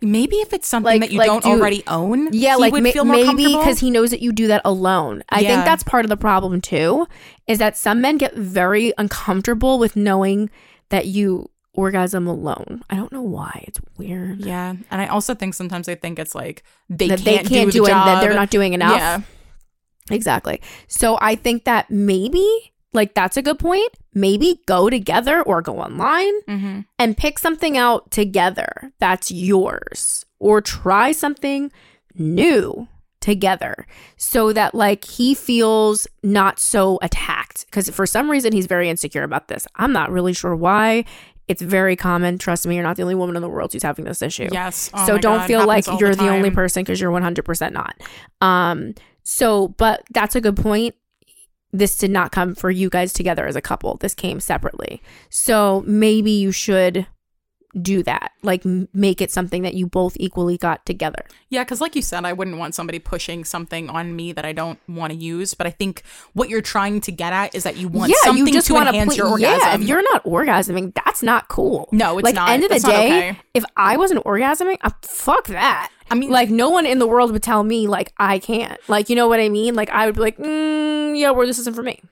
Speaker 1: Maybe if it's something
Speaker 2: Like-
Speaker 1: that you
Speaker 2: like,
Speaker 1: don't
Speaker 2: dude-
Speaker 1: already own,
Speaker 2: Yeah,
Speaker 1: he
Speaker 2: like
Speaker 1: would
Speaker 2: ma-
Speaker 1: feel more
Speaker 2: maybe
Speaker 1: comfortable.
Speaker 2: because he knows that you do that alone. I
Speaker 1: Yeah.
Speaker 2: think that's part of the problem too, is that some men get very uncomfortable with knowing that you orgasm alone. I don't know why. It's weird.
Speaker 1: Yeah, and I also think sometimes they think it's like they
Speaker 2: that
Speaker 1: can't
Speaker 2: they can't do,
Speaker 1: the
Speaker 2: it and
Speaker 1: job.
Speaker 2: that they're not doing enough.
Speaker 1: Yeah.
Speaker 2: Exactly. So I think that maybe like that's a good point. Maybe go together or go online
Speaker 1: Mm-hmm.
Speaker 2: and pick something out together that's yours or try something new together so that like he feels not so attacked because for some reason he's very insecure about this i'm not really sure why It's very common. Trust me, you're not the only woman in the world who's having this issue.
Speaker 1: Yes. Oh
Speaker 2: so
Speaker 1: my
Speaker 2: don't
Speaker 1: God,
Speaker 2: feel like
Speaker 1: happens all
Speaker 2: you're the, only
Speaker 1: time.
Speaker 2: person because you're 100% not. Um, so, but that's a good point. This did not come for you guys together as a couple, this came separately. So maybe you should do that, like m- make it something that you both equally got together.
Speaker 1: Yeah, because like you said, I wouldn't want somebody pushing something on me that I don't want to use. But I think what you're trying to get at is that you want something to
Speaker 2: wanna
Speaker 1: enhance
Speaker 2: ple-
Speaker 1: your orgasm.
Speaker 2: Yeah, if you're not orgasming, that's not cool.
Speaker 1: No, it's
Speaker 2: like,
Speaker 1: not.
Speaker 2: End of the
Speaker 1: That's not
Speaker 2: day,
Speaker 1: okay.
Speaker 2: if I wasn't orgasming, uh, fuck that.
Speaker 1: I mean-
Speaker 2: like no one in the world would tell me like I can't. Like you know what I mean? Like I would be like, mm, yeah, well, this isn't for me.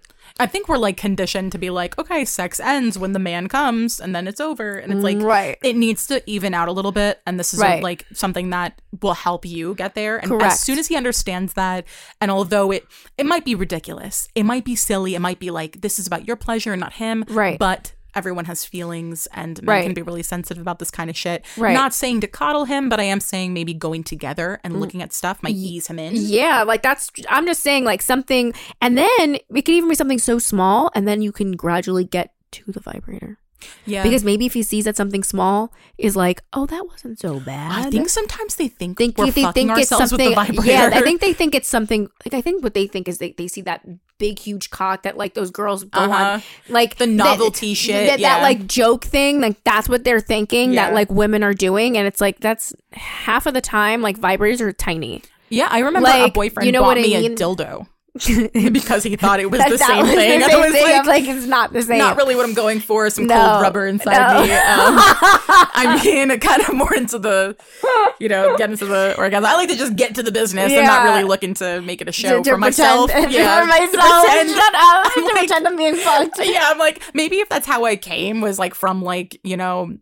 Speaker 1: I think we're like conditioned to be like, okay, sex ends when the man comes, and then it's over, and it's like
Speaker 2: Right.
Speaker 1: It needs to even out a little bit, and this is a-
Speaker 2: Right.
Speaker 1: like something that will help you get there. And
Speaker 2: Correct.
Speaker 1: as soon as he understands that, and although it it might be ridiculous, it might be silly, it might be like this is about your pleasure and not him,
Speaker 2: Right.
Speaker 1: But everyone has feelings, and men
Speaker 2: Right.
Speaker 1: can be really sensitive about this kind of shit.
Speaker 2: Right.
Speaker 1: Not saying to coddle him, but I am saying maybe going together
Speaker 2: Mm.
Speaker 1: and looking at stuff might ease him in.
Speaker 2: Yeah, like that's. I'm just saying like something, and then it can even be something so small, and then you can gradually get to the vibrator.
Speaker 1: Yeah,
Speaker 2: Because maybe if he sees that something small is like, oh, that wasn't so bad.
Speaker 1: I think sometimes they think,
Speaker 2: think
Speaker 1: we're
Speaker 2: if they
Speaker 1: fucking
Speaker 2: think it's
Speaker 1: ourselves
Speaker 2: something.
Speaker 1: with the vibrator.
Speaker 2: Yeah, I think they think it's something. Like I think what they think is they, they see that big huge cock that like those girls go
Speaker 1: Uh-huh.
Speaker 2: on like
Speaker 1: The
Speaker 2: that-
Speaker 1: novelty shit,
Speaker 2: that,
Speaker 1: yeah.
Speaker 2: that like joke thing like that's what they're thinking
Speaker 1: Yeah.
Speaker 2: that like women are doing and it's like that's half of the time like vibrators are tiny
Speaker 1: [LAUGHS] Yeah, I remember a
Speaker 2: Like,
Speaker 1: boyfriend
Speaker 2: you know
Speaker 1: bought
Speaker 2: what I
Speaker 1: me a
Speaker 2: mean? [LAUGHS]
Speaker 1: dildo because he thought it was
Speaker 2: That-
Speaker 1: the
Speaker 2: that
Speaker 1: same
Speaker 2: was
Speaker 1: thing. [LAUGHS]
Speaker 2: the
Speaker 1: I
Speaker 2: same
Speaker 1: was
Speaker 2: thing.
Speaker 1: like,
Speaker 2: I'm like it's not the same
Speaker 1: not really what I'm going for. Some
Speaker 2: No,
Speaker 1: cold rubber inside
Speaker 2: no.
Speaker 1: me.
Speaker 2: [LAUGHS]
Speaker 1: Um, I mean, [LAUGHS] kind of more into the, you know, get into the orgasm. I like to just get to the business. I'm not
Speaker 2: Yeah.
Speaker 1: really looking to make it a show
Speaker 2: to, to
Speaker 1: for myself.
Speaker 2: pretend,
Speaker 1: yeah,
Speaker 2: [LAUGHS] for
Speaker 1: to
Speaker 2: myself
Speaker 1: pretend.
Speaker 2: [LAUGHS] shut up to
Speaker 1: like-
Speaker 2: pretend I'm being
Speaker 1: [LAUGHS]
Speaker 2: fucked
Speaker 1: yeah, I'm like maybe if that's how I came was like from like you know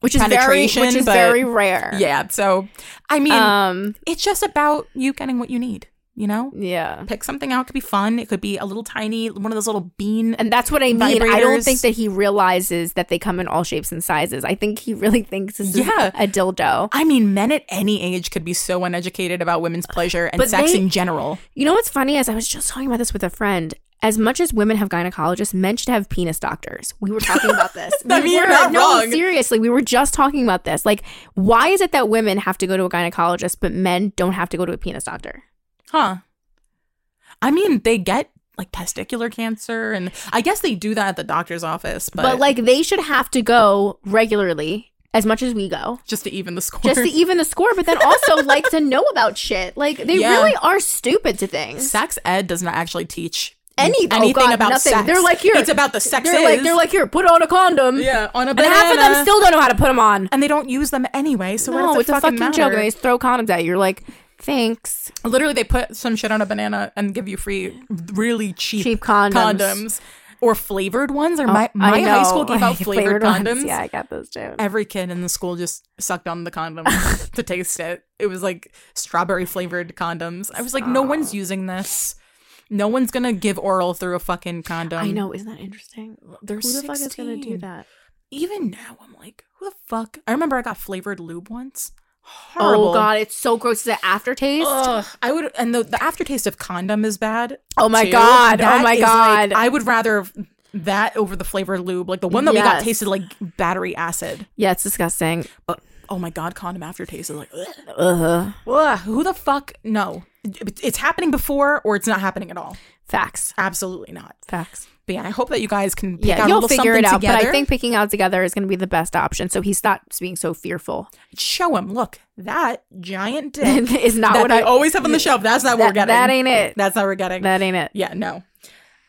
Speaker 2: which is very which
Speaker 1: penetration,
Speaker 2: is
Speaker 1: but-
Speaker 2: very rare
Speaker 1: yeah. So I mean,
Speaker 2: um
Speaker 1: it's just about you getting what you need. You know,
Speaker 2: yeah
Speaker 1: pick something out. It could be fun. It could be a little tiny one of those little bean.
Speaker 2: And that's what I mean. I don't
Speaker 1: Vibrators.
Speaker 2: think that he realizes that they come in all shapes and sizes. I think he really thinks this
Speaker 1: Yeah.
Speaker 2: is a dildo.
Speaker 1: I mean, men at any age could be so uneducated about women's pleasure and
Speaker 2: But
Speaker 1: sex
Speaker 2: they-
Speaker 1: in general.
Speaker 2: You know what's funny is I was just talking about this with a friend. As much as women have gynecologists, men should have penis doctors. We were talking about this.
Speaker 1: [LAUGHS] I
Speaker 2: We
Speaker 1: mean, you're
Speaker 2: were-
Speaker 1: not
Speaker 2: no,
Speaker 1: wrong.
Speaker 2: seriously, we were just talking about this. Like, why is it that women have to go to a gynecologist, but men don't have to go to a penis doctor?
Speaker 1: Huh. I mean, they get like testicular cancer and I guess they do that at the doctor's office, but,
Speaker 2: But, like, they should have to go regularly, as much as we go.
Speaker 1: just to even the score.
Speaker 2: Just to even the score, but then also like to know about shit. Like they
Speaker 1: Yeah.
Speaker 2: really are stupid to things.
Speaker 1: sex ed does not actually teach
Speaker 2: Any- oh,
Speaker 1: anything
Speaker 2: God,
Speaker 1: about
Speaker 2: nothing.
Speaker 1: sex.
Speaker 2: They're like, here-
Speaker 1: It's about the sex.
Speaker 2: They're like, they're like, here, put on a condom.
Speaker 1: yeah, on a
Speaker 2: And
Speaker 1: banana.
Speaker 2: half of them still don't know how to put them on.
Speaker 1: and they don't use them anyway, so what does
Speaker 2: No,
Speaker 1: it
Speaker 2: it's a fucking
Speaker 1: matter?
Speaker 2: joke. And they just throw condoms at you. You're like, thanks.
Speaker 1: Literally, they put some shit on a banana and give you free, really cheap,
Speaker 2: Cheap condoms. Oh,
Speaker 1: or flavored ones. Or my,
Speaker 2: I
Speaker 1: my high
Speaker 2: know.
Speaker 1: school
Speaker 2: [LAUGHS]
Speaker 1: gave out flavored,
Speaker 2: ones.
Speaker 1: condoms. Um,
Speaker 2: Yeah, I got those too.
Speaker 1: Every kid in the school just sucked on the
Speaker 2: [LAUGHS]
Speaker 1: condom to taste it. It was like strawberry flavored condoms. I was like, no one's using this. No one's gonna give oral through a fucking condom.
Speaker 2: I know. Isn't that interesting?
Speaker 1: They're
Speaker 2: Who the fuck is going to do
Speaker 1: 16.
Speaker 2: that?
Speaker 1: Even now, I'm like, who the fuck? I remember I got flavored lube once. Horrible.
Speaker 2: Oh, God. It's so gross. Is it aftertaste?
Speaker 1: Ugh, I would, and the, the aftertaste of condom is bad.
Speaker 2: Oh my
Speaker 1: too.
Speaker 2: God.
Speaker 1: That
Speaker 2: oh my
Speaker 1: is, like,
Speaker 2: God.
Speaker 1: I would rather that over the flavored lube. Like the one that we got
Speaker 2: Yes.
Speaker 1: tasted like battery acid.
Speaker 2: yeah, it's disgusting.
Speaker 1: But oh my god, condom aftertaste is like ugh.
Speaker 2: Ugh.
Speaker 1: Ugh, who the fuck? No, It- it's happening before or it's not happening at all.
Speaker 2: Facts.
Speaker 1: Absolutely not.
Speaker 2: Facts.
Speaker 1: But yeah, I hope that you guys can pick
Speaker 2: Yeah,
Speaker 1: out a
Speaker 2: you'll
Speaker 1: little
Speaker 2: figure
Speaker 1: something
Speaker 2: it out.
Speaker 1: together.
Speaker 2: But I think picking out together is going to be the best option. So he stops being so fearful. [LAUGHS]
Speaker 1: show him. Look, that giant dick
Speaker 2: is not
Speaker 1: Oh, that
Speaker 2: what
Speaker 1: they
Speaker 2: I.
Speaker 1: always have on the shelf. That's not what we're getting.
Speaker 2: that, that ain't it.
Speaker 1: That's not what we're getting.
Speaker 2: That ain't it.
Speaker 1: Yeah, no.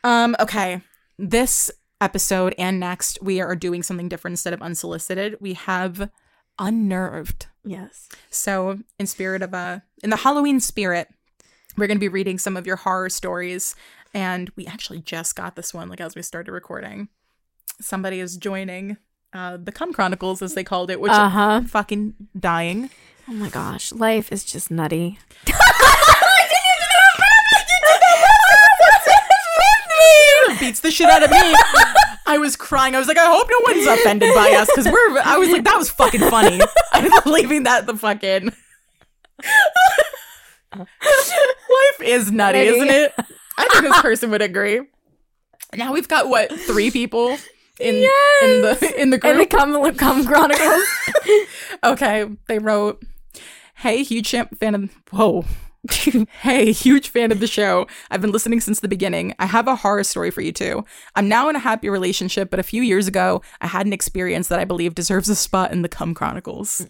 Speaker 1: Um, okay. This episode and next, we are doing something different instead of unsolicited. We have unnerved.
Speaker 2: Yes.
Speaker 1: So, in spirit of a in the Halloween spirit, we're going to be reading some of your horror stories, and we actually just got this one like as we started recording. Somebody is joining uh, the Cum Chronicles, as they called it, which
Speaker 2: Uh huh.
Speaker 1: I'm fucking dying.
Speaker 2: Oh my gosh, life is
Speaker 1: [LAUGHS]
Speaker 2: just nutty.
Speaker 1: beats the shit out of me. I was crying. I was like, I hope no one's offended by us because we're. I was like, that was fucking funny. I'm leaving that the fucking. Life is nutty,
Speaker 2: Nutty.
Speaker 1: isn't it? I think this person would agree. Now we've got what three people in in the in the
Speaker 2: And the
Speaker 1: group.
Speaker 2: Cum, Cum Chronicles. [LAUGHS]
Speaker 1: okay, they wrote, "Hey, huge champ fan of whoa." [LAUGHS] hey, huge fan of the show. I've been listening since the beginning. I have a horror story for you too. I'm now in a happy relationship, but a few years ago, I had an experience that I believe deserves a spot in the Cum Chronicles.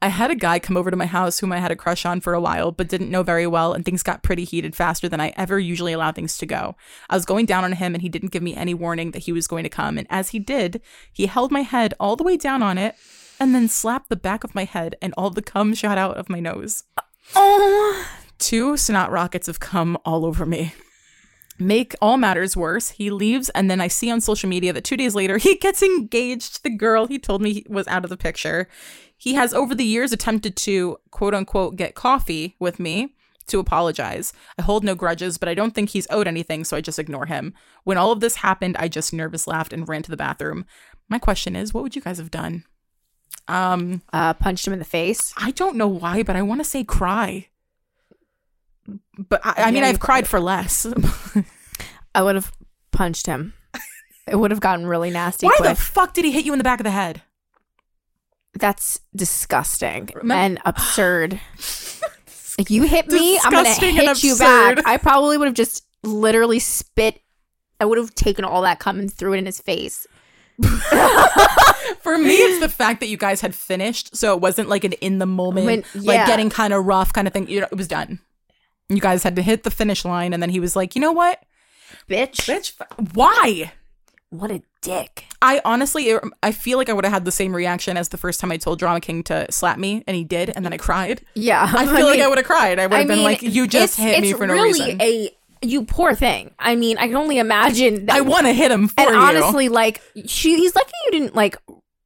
Speaker 1: I had a guy come over to my house whom I had a crush on for a while, but didn't know very well, and things got pretty heated faster than I ever usually allow things to go. I was going down on him, and he didn't give me any warning that he was going to come, and as he did, he held my head all the way down on it and then slapped the back of my head, and all the cum shot out of my nose
Speaker 2: oh,
Speaker 1: two snot rockets have come all over me. Make all matters worse, he leaves, and then I see on social media that two days later [LAUGHS] he gets engaged to the girl he told me he was out of the picture. He has over the years attempted to quote unquote get coffee with me to apologize. I hold no grudges, but I don't think he's owed anything, so I just ignore him. When all of this happened, I just nervous laughed and ran to the bathroom. My question is, what would you guys have done? Um,
Speaker 2: uh, punched him in the face.
Speaker 1: I don't know why, but I want to say cry. But I, I mean,
Speaker 2: Yeah,
Speaker 1: I've
Speaker 2: you
Speaker 1: cried for less.
Speaker 2: I would have punched him. It would have gotten really nasty.
Speaker 1: Why the
Speaker 2: quick.
Speaker 1: fuck did he hit you in the back of the head?
Speaker 2: That's disgusting
Speaker 1: Remem- [GASPS]
Speaker 2: and absurd. If you hit me, I'm gonna
Speaker 1: Disgusting and
Speaker 2: hit you
Speaker 1: absurd.
Speaker 2: back. I probably would have just literally spit. I would have taken all that cum and threw it in his face.
Speaker 1: For me, it's the fact that you guys had finished, so it wasn't like an in the moment,
Speaker 2: When-
Speaker 1: like
Speaker 2: yeah.
Speaker 1: getting kind of rough kind of thing. You know, it was done. You guys had to hit the finish line, and then he was like, "You know what,
Speaker 2: Bitch,
Speaker 1: bitch? f- Why?"
Speaker 2: what a dick.
Speaker 1: I honestly, it- I feel like I would have had the same reaction as the first time I told Drama King to slap me, and he did, and then I
Speaker 2: [LAUGHS]
Speaker 1: cried.
Speaker 2: Yeah,
Speaker 1: I feel like I would have cried. I would have been like, "You just
Speaker 2: it's-
Speaker 1: hit me
Speaker 2: it's
Speaker 1: for no
Speaker 2: really
Speaker 1: reason."
Speaker 2: A you poor thing. I mean, I can only imagine. That,
Speaker 1: I want to hit him for
Speaker 2: and
Speaker 1: you.
Speaker 2: honestly, like she, he's lucky you didn't like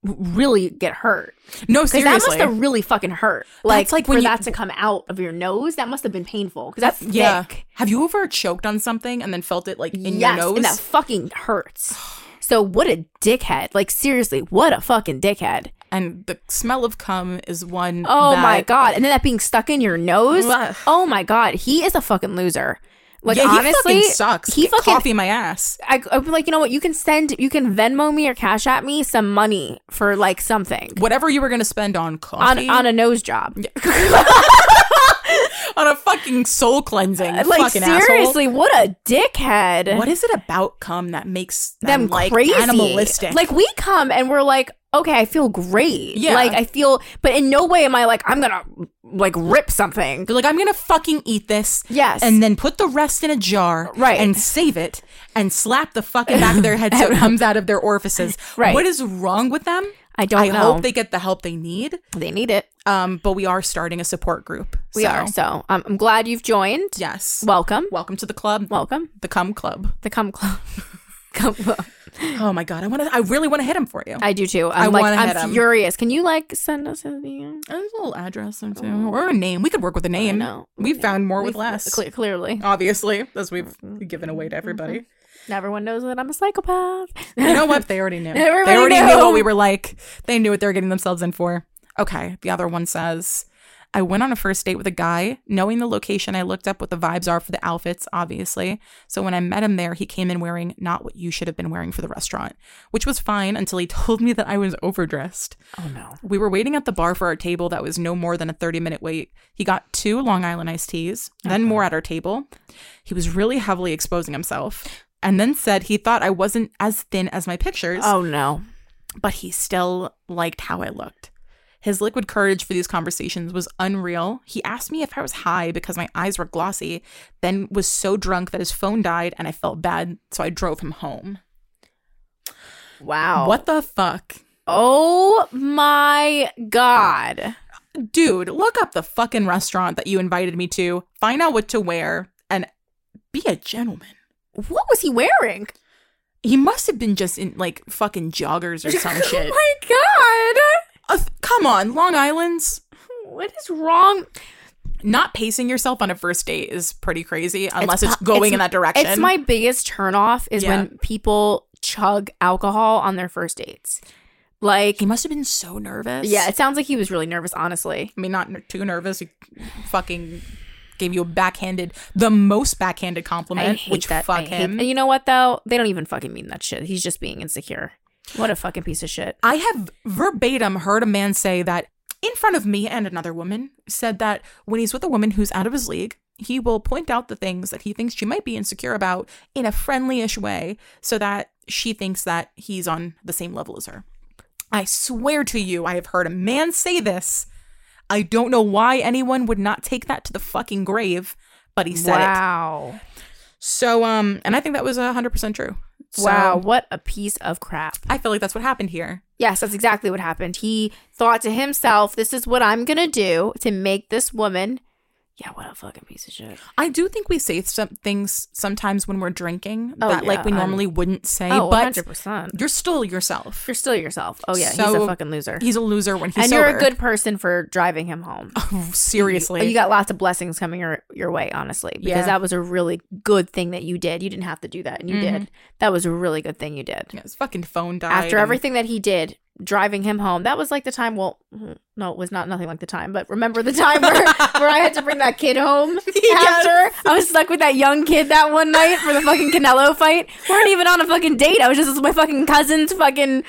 Speaker 2: really get hurt.
Speaker 1: no,
Speaker 2: Because that must
Speaker 1: seriously.
Speaker 2: have really fucking hurt. Like,
Speaker 1: like
Speaker 2: like
Speaker 1: when
Speaker 2: for
Speaker 1: you-
Speaker 2: that to come out of your nose, that must have been painful. Because that's
Speaker 1: yeah.
Speaker 2: thick.
Speaker 1: Have you ever choked on something and then felt it like in your
Speaker 2: yes,
Speaker 1: nose?
Speaker 2: and that fucking hurts. So what a dickhead! Like seriously, what a fucking dickhead!
Speaker 1: And the smell of cum is one.
Speaker 2: Oh
Speaker 1: that-
Speaker 2: my god! And then that being stuck in your nose.
Speaker 1: Ugh.
Speaker 2: Oh my god, he is a fucking loser. Like
Speaker 1: yeah,
Speaker 2: honestly,
Speaker 1: he fucking sucks.
Speaker 2: He
Speaker 1: Get
Speaker 2: fucking
Speaker 1: coffee in my ass.
Speaker 2: I, I'd be like, you know what? You can send, you can Venmo me or Cash at me some money for like something
Speaker 1: Whatever you were gonna spend on
Speaker 2: on
Speaker 1: coffee
Speaker 2: on a nose job.
Speaker 1: on a fucking soul cleansing, you
Speaker 2: like
Speaker 1: fucking
Speaker 2: seriously, what a dickhead!
Speaker 1: asshole. What is it about cum that makes them,
Speaker 2: them
Speaker 1: like
Speaker 2: crazy,
Speaker 1: animalistic?
Speaker 2: Like we come and we're like, okay, I feel great.
Speaker 1: Yeah.
Speaker 2: like I feel, but in no way am I like I'm gonna like rip something.
Speaker 1: They're like, I'm gonna fucking eat this.
Speaker 2: Yes.
Speaker 1: And then put the rest in a jar.
Speaker 2: Right.
Speaker 1: And save it and slap the fucking back of their head
Speaker 2: [LAUGHS]
Speaker 1: so it comes out of their orifices.
Speaker 2: Right.
Speaker 1: What is wrong with them?
Speaker 2: I don't
Speaker 1: I
Speaker 2: know.
Speaker 1: hope they get the help they need.
Speaker 2: They need it.
Speaker 1: Um, but we are starting a support group.
Speaker 2: We
Speaker 1: so,
Speaker 2: are so. Um, I'm glad you've joined.
Speaker 1: Yes.
Speaker 2: Welcome,
Speaker 1: Welcome to the club.
Speaker 2: welcome.
Speaker 1: the cum club.
Speaker 2: The come club. [LAUGHS] Come club.
Speaker 1: Oh my god, I want to. I really want to hit him for you.
Speaker 2: I do too. I'm
Speaker 1: I
Speaker 2: like,
Speaker 1: wanna hit
Speaker 2: I'm
Speaker 1: 'em.
Speaker 2: furious. Can you like send us a DM?
Speaker 1: a little address or two, or a name. We could work with a name.
Speaker 2: Oh. know.
Speaker 1: We found more with
Speaker 2: We've- Mm-hmm.
Speaker 1: less. Oh.
Speaker 2: cle- clearly,
Speaker 1: Obviously, as we've given away to everybody.
Speaker 2: Mm-hmm. everyone knows that I'm a psychopath. [LAUGHS]
Speaker 1: You know what? They already knew.
Speaker 2: Everybody
Speaker 1: they already
Speaker 2: knew.
Speaker 1: what we were like. They knew what they were getting themselves in for. Okay. The other one says, I went on a first date with a guy. Knowing the location, I looked up what the vibes are for the outfits, obviously. So when I met him there, he came in wearing not what you should have been wearing for the restaurant, which was fine until he [LAUGHS] told me that I was overdressed.
Speaker 2: oh no.
Speaker 1: We were waiting at the bar for our table that was no more than a 30 minute wait. He got two Long Island iced teas, then more at our table. He was really heavily exposing himself and then said he thought I wasn't as thin as my pictures,
Speaker 2: [LAUGHS] Oh no.
Speaker 1: but he still liked how I looked. His liquid courage for these conversations was unreal. He asked me if I was high because my eyes were glossy, then was so drunk that his phone died and I felt bad, so I drove him home.
Speaker 2: Wow.
Speaker 1: What the fuck?
Speaker 2: Oh my god.
Speaker 1: dude, look up the fucking restaurant that you invited me to, find out what to wear, and be a gentleman.
Speaker 2: What was he wearing?
Speaker 1: He must have been just in like fucking joggers or
Speaker 2: [LAUGHS]
Speaker 1: some shit.
Speaker 2: Oh my
Speaker 1: Uh, come on, Long Island's
Speaker 2: god. What is wrong?
Speaker 1: not pacing yourself on a first date is pretty crazy unless it's,
Speaker 2: po-
Speaker 1: going
Speaker 2: it's-
Speaker 1: in that direction.
Speaker 2: It's my biggest turnoff is
Speaker 1: Yeah.
Speaker 2: when people chug alcohol on their first dates. Like
Speaker 1: he must have been so nervous.
Speaker 2: yeah, it sounds like he was really nervous, honestly.
Speaker 1: I mean, not ner- too nervous. He fucking gave you a backhanded, the most backhanded
Speaker 2: I
Speaker 1: compliment,
Speaker 2: hate
Speaker 1: which
Speaker 2: that. I
Speaker 1: fuck
Speaker 2: hate-
Speaker 1: him.
Speaker 2: and you know what though? They don't even fucking mean that shit. He's just being insecure. What a fucking piece of shit.
Speaker 1: I have verbatim heard a man say that in front of me and another woman said that when he's with a woman who's out of his league, he will point out the things that he thinks she might be insecure about in a friendly-ish way so that she thinks that he's on the same level as her. I swear to you, I have heard a man say this. I don't know why anyone would not take that to the fucking grave, but he said it.
Speaker 2: Wow.
Speaker 1: So, um, and I think that was a 100% true. So,
Speaker 2: wow. What a piece of crap.
Speaker 1: I feel like that's what happened here.
Speaker 2: Yes, that's exactly what happened. He thought to himself, this is what I'm going to do to make this woman. Yeah, what a fucking piece of shit.
Speaker 1: I do think we say some things sometimes when we're drinking
Speaker 2: Oh,
Speaker 1: that like
Speaker 2: yeah,
Speaker 1: we
Speaker 2: I'm-
Speaker 1: normally wouldn't say,
Speaker 2: Oh,
Speaker 1: but
Speaker 2: 100%.
Speaker 1: you're still yourself.
Speaker 2: You're still yourself. Oh, yeah. he's
Speaker 1: So-
Speaker 2: a fucking loser.
Speaker 1: He's a loser when he's
Speaker 2: and
Speaker 1: sober.
Speaker 2: you're a good person for driving him home.
Speaker 1: [LAUGHS] seriously.
Speaker 2: You got lots of blessings coming your, your way, honestly, because
Speaker 1: Yeah.
Speaker 2: that was a really good thing that you did. You didn't have to do that, and you did. That was a really good thing you did.
Speaker 1: Mm-hmm. Yeah, his fucking phone died.
Speaker 2: After
Speaker 1: and-
Speaker 2: everything that he did, driving him home, that was like the time. Well, mm, no, it was not nothing like the time, but remember the
Speaker 1: [LAUGHS]
Speaker 2: time where, where I had to bring that kid home
Speaker 1: Yes.
Speaker 2: after I was stuck with that young kid that one night for the fucking Canelo fight. We weren't even on a fucking date. I was just with my fucking cousin's fucking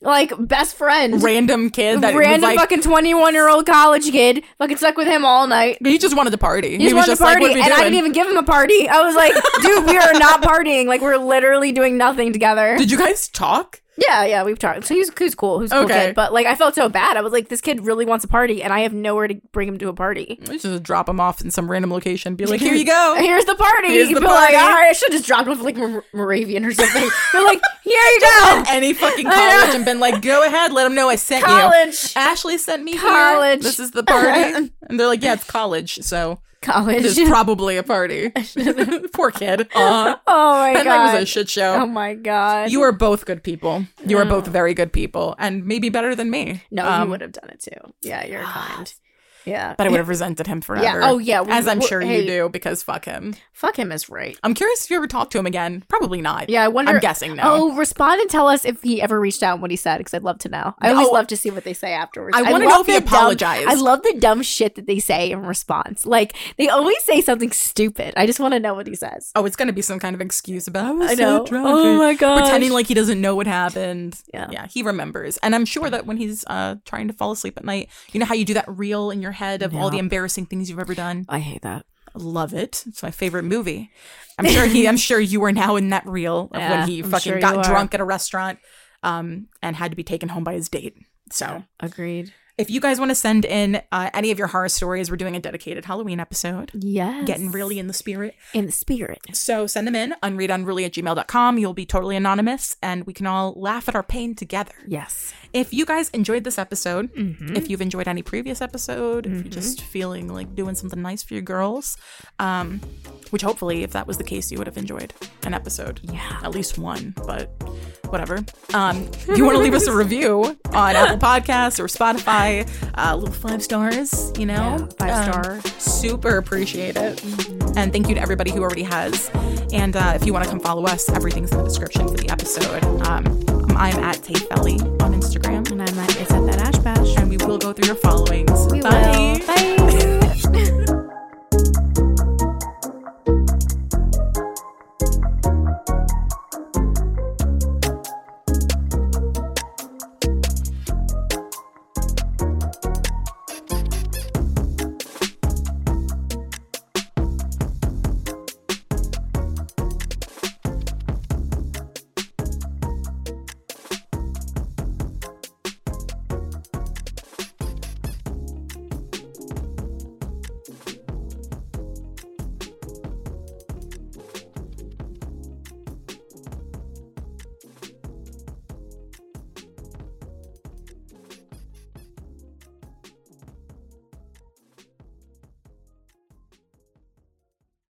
Speaker 2: like best friend.
Speaker 1: random kid that was
Speaker 2: Random
Speaker 1: like,
Speaker 2: fucking 21 year old college kid. Fucking stuck with him all night.
Speaker 1: he just wanted to party.
Speaker 2: He, just
Speaker 1: was
Speaker 2: wanted
Speaker 1: just
Speaker 2: to party,
Speaker 1: like, what are we
Speaker 2: and I
Speaker 1: doing?
Speaker 2: didn't even give him a party. I was [LAUGHS] like, dude, we are not partying. Like, we're literally doing nothing together.
Speaker 1: Did you guys talk?
Speaker 2: Yeah, yeah, we've talked. So he's, he's cool. He's a cool
Speaker 1: Okay.
Speaker 2: kid. But, like, I felt so bad. I was like, this kid really wants a party, and I have nowhere to bring him to a party.
Speaker 1: Let's Just drop him off in some random location. Be like, here you
Speaker 2: [LAUGHS]
Speaker 1: go.
Speaker 2: Here's the party.
Speaker 1: Here's
Speaker 2: You'd
Speaker 1: the
Speaker 2: be like,
Speaker 1: party.
Speaker 2: all right, I should just drop him off, like, Mor- Moravian or something. [LAUGHS] They're like, here you go.
Speaker 1: Any fucking
Speaker 2: [LAUGHS] I know.
Speaker 1: college and been like, go ahead, let him know I sent you.
Speaker 2: College.
Speaker 1: Ashley sent me here.
Speaker 2: College.
Speaker 1: This is the
Speaker 2: [LAUGHS]
Speaker 1: party. and they're like, yeah, it's college, so
Speaker 2: College.
Speaker 1: there's
Speaker 2: [LAUGHS]
Speaker 1: probably a party. Poor [LAUGHS] kid. Uh,
Speaker 2: oh, my
Speaker 1: and
Speaker 2: God.
Speaker 1: that was a shit
Speaker 2: oh,
Speaker 1: show.
Speaker 2: my God.
Speaker 1: You are both good people. You are both very good people, and maybe better than me.
Speaker 2: no,
Speaker 1: Um,
Speaker 2: you would have done it, too. Yeah, you're kind. [SIGHS] Yeah.
Speaker 1: But I would have resented him forever.
Speaker 2: Oh, yeah. We-
Speaker 1: As I'm
Speaker 2: we-
Speaker 1: sure
Speaker 2: hey.
Speaker 1: you do, because fuck him.
Speaker 2: Fuck him is right.
Speaker 1: I'm curious if you ever talk to him again. Probably not.
Speaker 2: Yeah, I wonder.
Speaker 1: I'm guessing no.
Speaker 2: Oh, respond and tell us if he ever reached out and what he said, because I'd love to know. I always
Speaker 1: Oh.
Speaker 2: love to see what they say afterwards.
Speaker 1: I wanna
Speaker 2: love
Speaker 1: know if he
Speaker 2: the dumb-
Speaker 1: apologized.
Speaker 2: I love the dumb shit that they say in response. Like they always say something stupid. I just want to know what he says.
Speaker 1: Oh, it's gonna be some kind of excuse about I was
Speaker 2: I know.
Speaker 1: so drunk.
Speaker 2: oh my god.
Speaker 1: Pretending like he doesn't know what happened.
Speaker 2: Yeah.
Speaker 1: Yeah, he remembers. And I'm sure that when he's uh trying to fall asleep at night, you know how you do that reel in your head of all
Speaker 2: Yeah.
Speaker 1: the embarrassing things you've ever done?
Speaker 2: I hate that.
Speaker 1: Love it. It's my favorite movie. I'm sure he
Speaker 2: [LAUGHS]
Speaker 1: I'm sure you are now in that reel of
Speaker 2: Yeah,
Speaker 1: when he
Speaker 2: I'm
Speaker 1: fucking
Speaker 2: sure you
Speaker 1: got
Speaker 2: are.
Speaker 1: drunk at a restaurant um and had to be taken home by his date. So
Speaker 2: Agreed.
Speaker 1: if you guys want to send in uh, any of your horror stories, we're doing a dedicated Halloween episode.
Speaker 2: Yes.
Speaker 1: Getting really in the spirit.
Speaker 2: in the spirit.
Speaker 1: So send them in, unreadunruly at gmail.com. You'll be totally anonymous and we can all laugh at our pain together.
Speaker 2: Yes.
Speaker 1: If you guys enjoyed this episode,
Speaker 2: Mm-hmm.
Speaker 1: if you've enjoyed any previous episode, if you're just feeling like doing something nice for your girls, um, which hopefully, if that was the case, you would have enjoyed an episode.
Speaker 2: Yeah.
Speaker 1: At least one, but whatever. Um, if you want to leave
Speaker 2: [LAUGHS]
Speaker 1: us a review on Apple Podcasts or Spotify, uh, little five stars, you know?
Speaker 2: five
Speaker 1: Um,
Speaker 2: star.
Speaker 1: super appreciate it. And thank you to everybody who already has. And uh, if you want to come follow us, everything's in the description for the episode. Um, I'm at Tate Belly on Instagram,
Speaker 2: And I'm like, it's at that ash bash.
Speaker 1: and we will go through your followings.
Speaker 2: We
Speaker 1: Bye.
Speaker 2: will. Bye.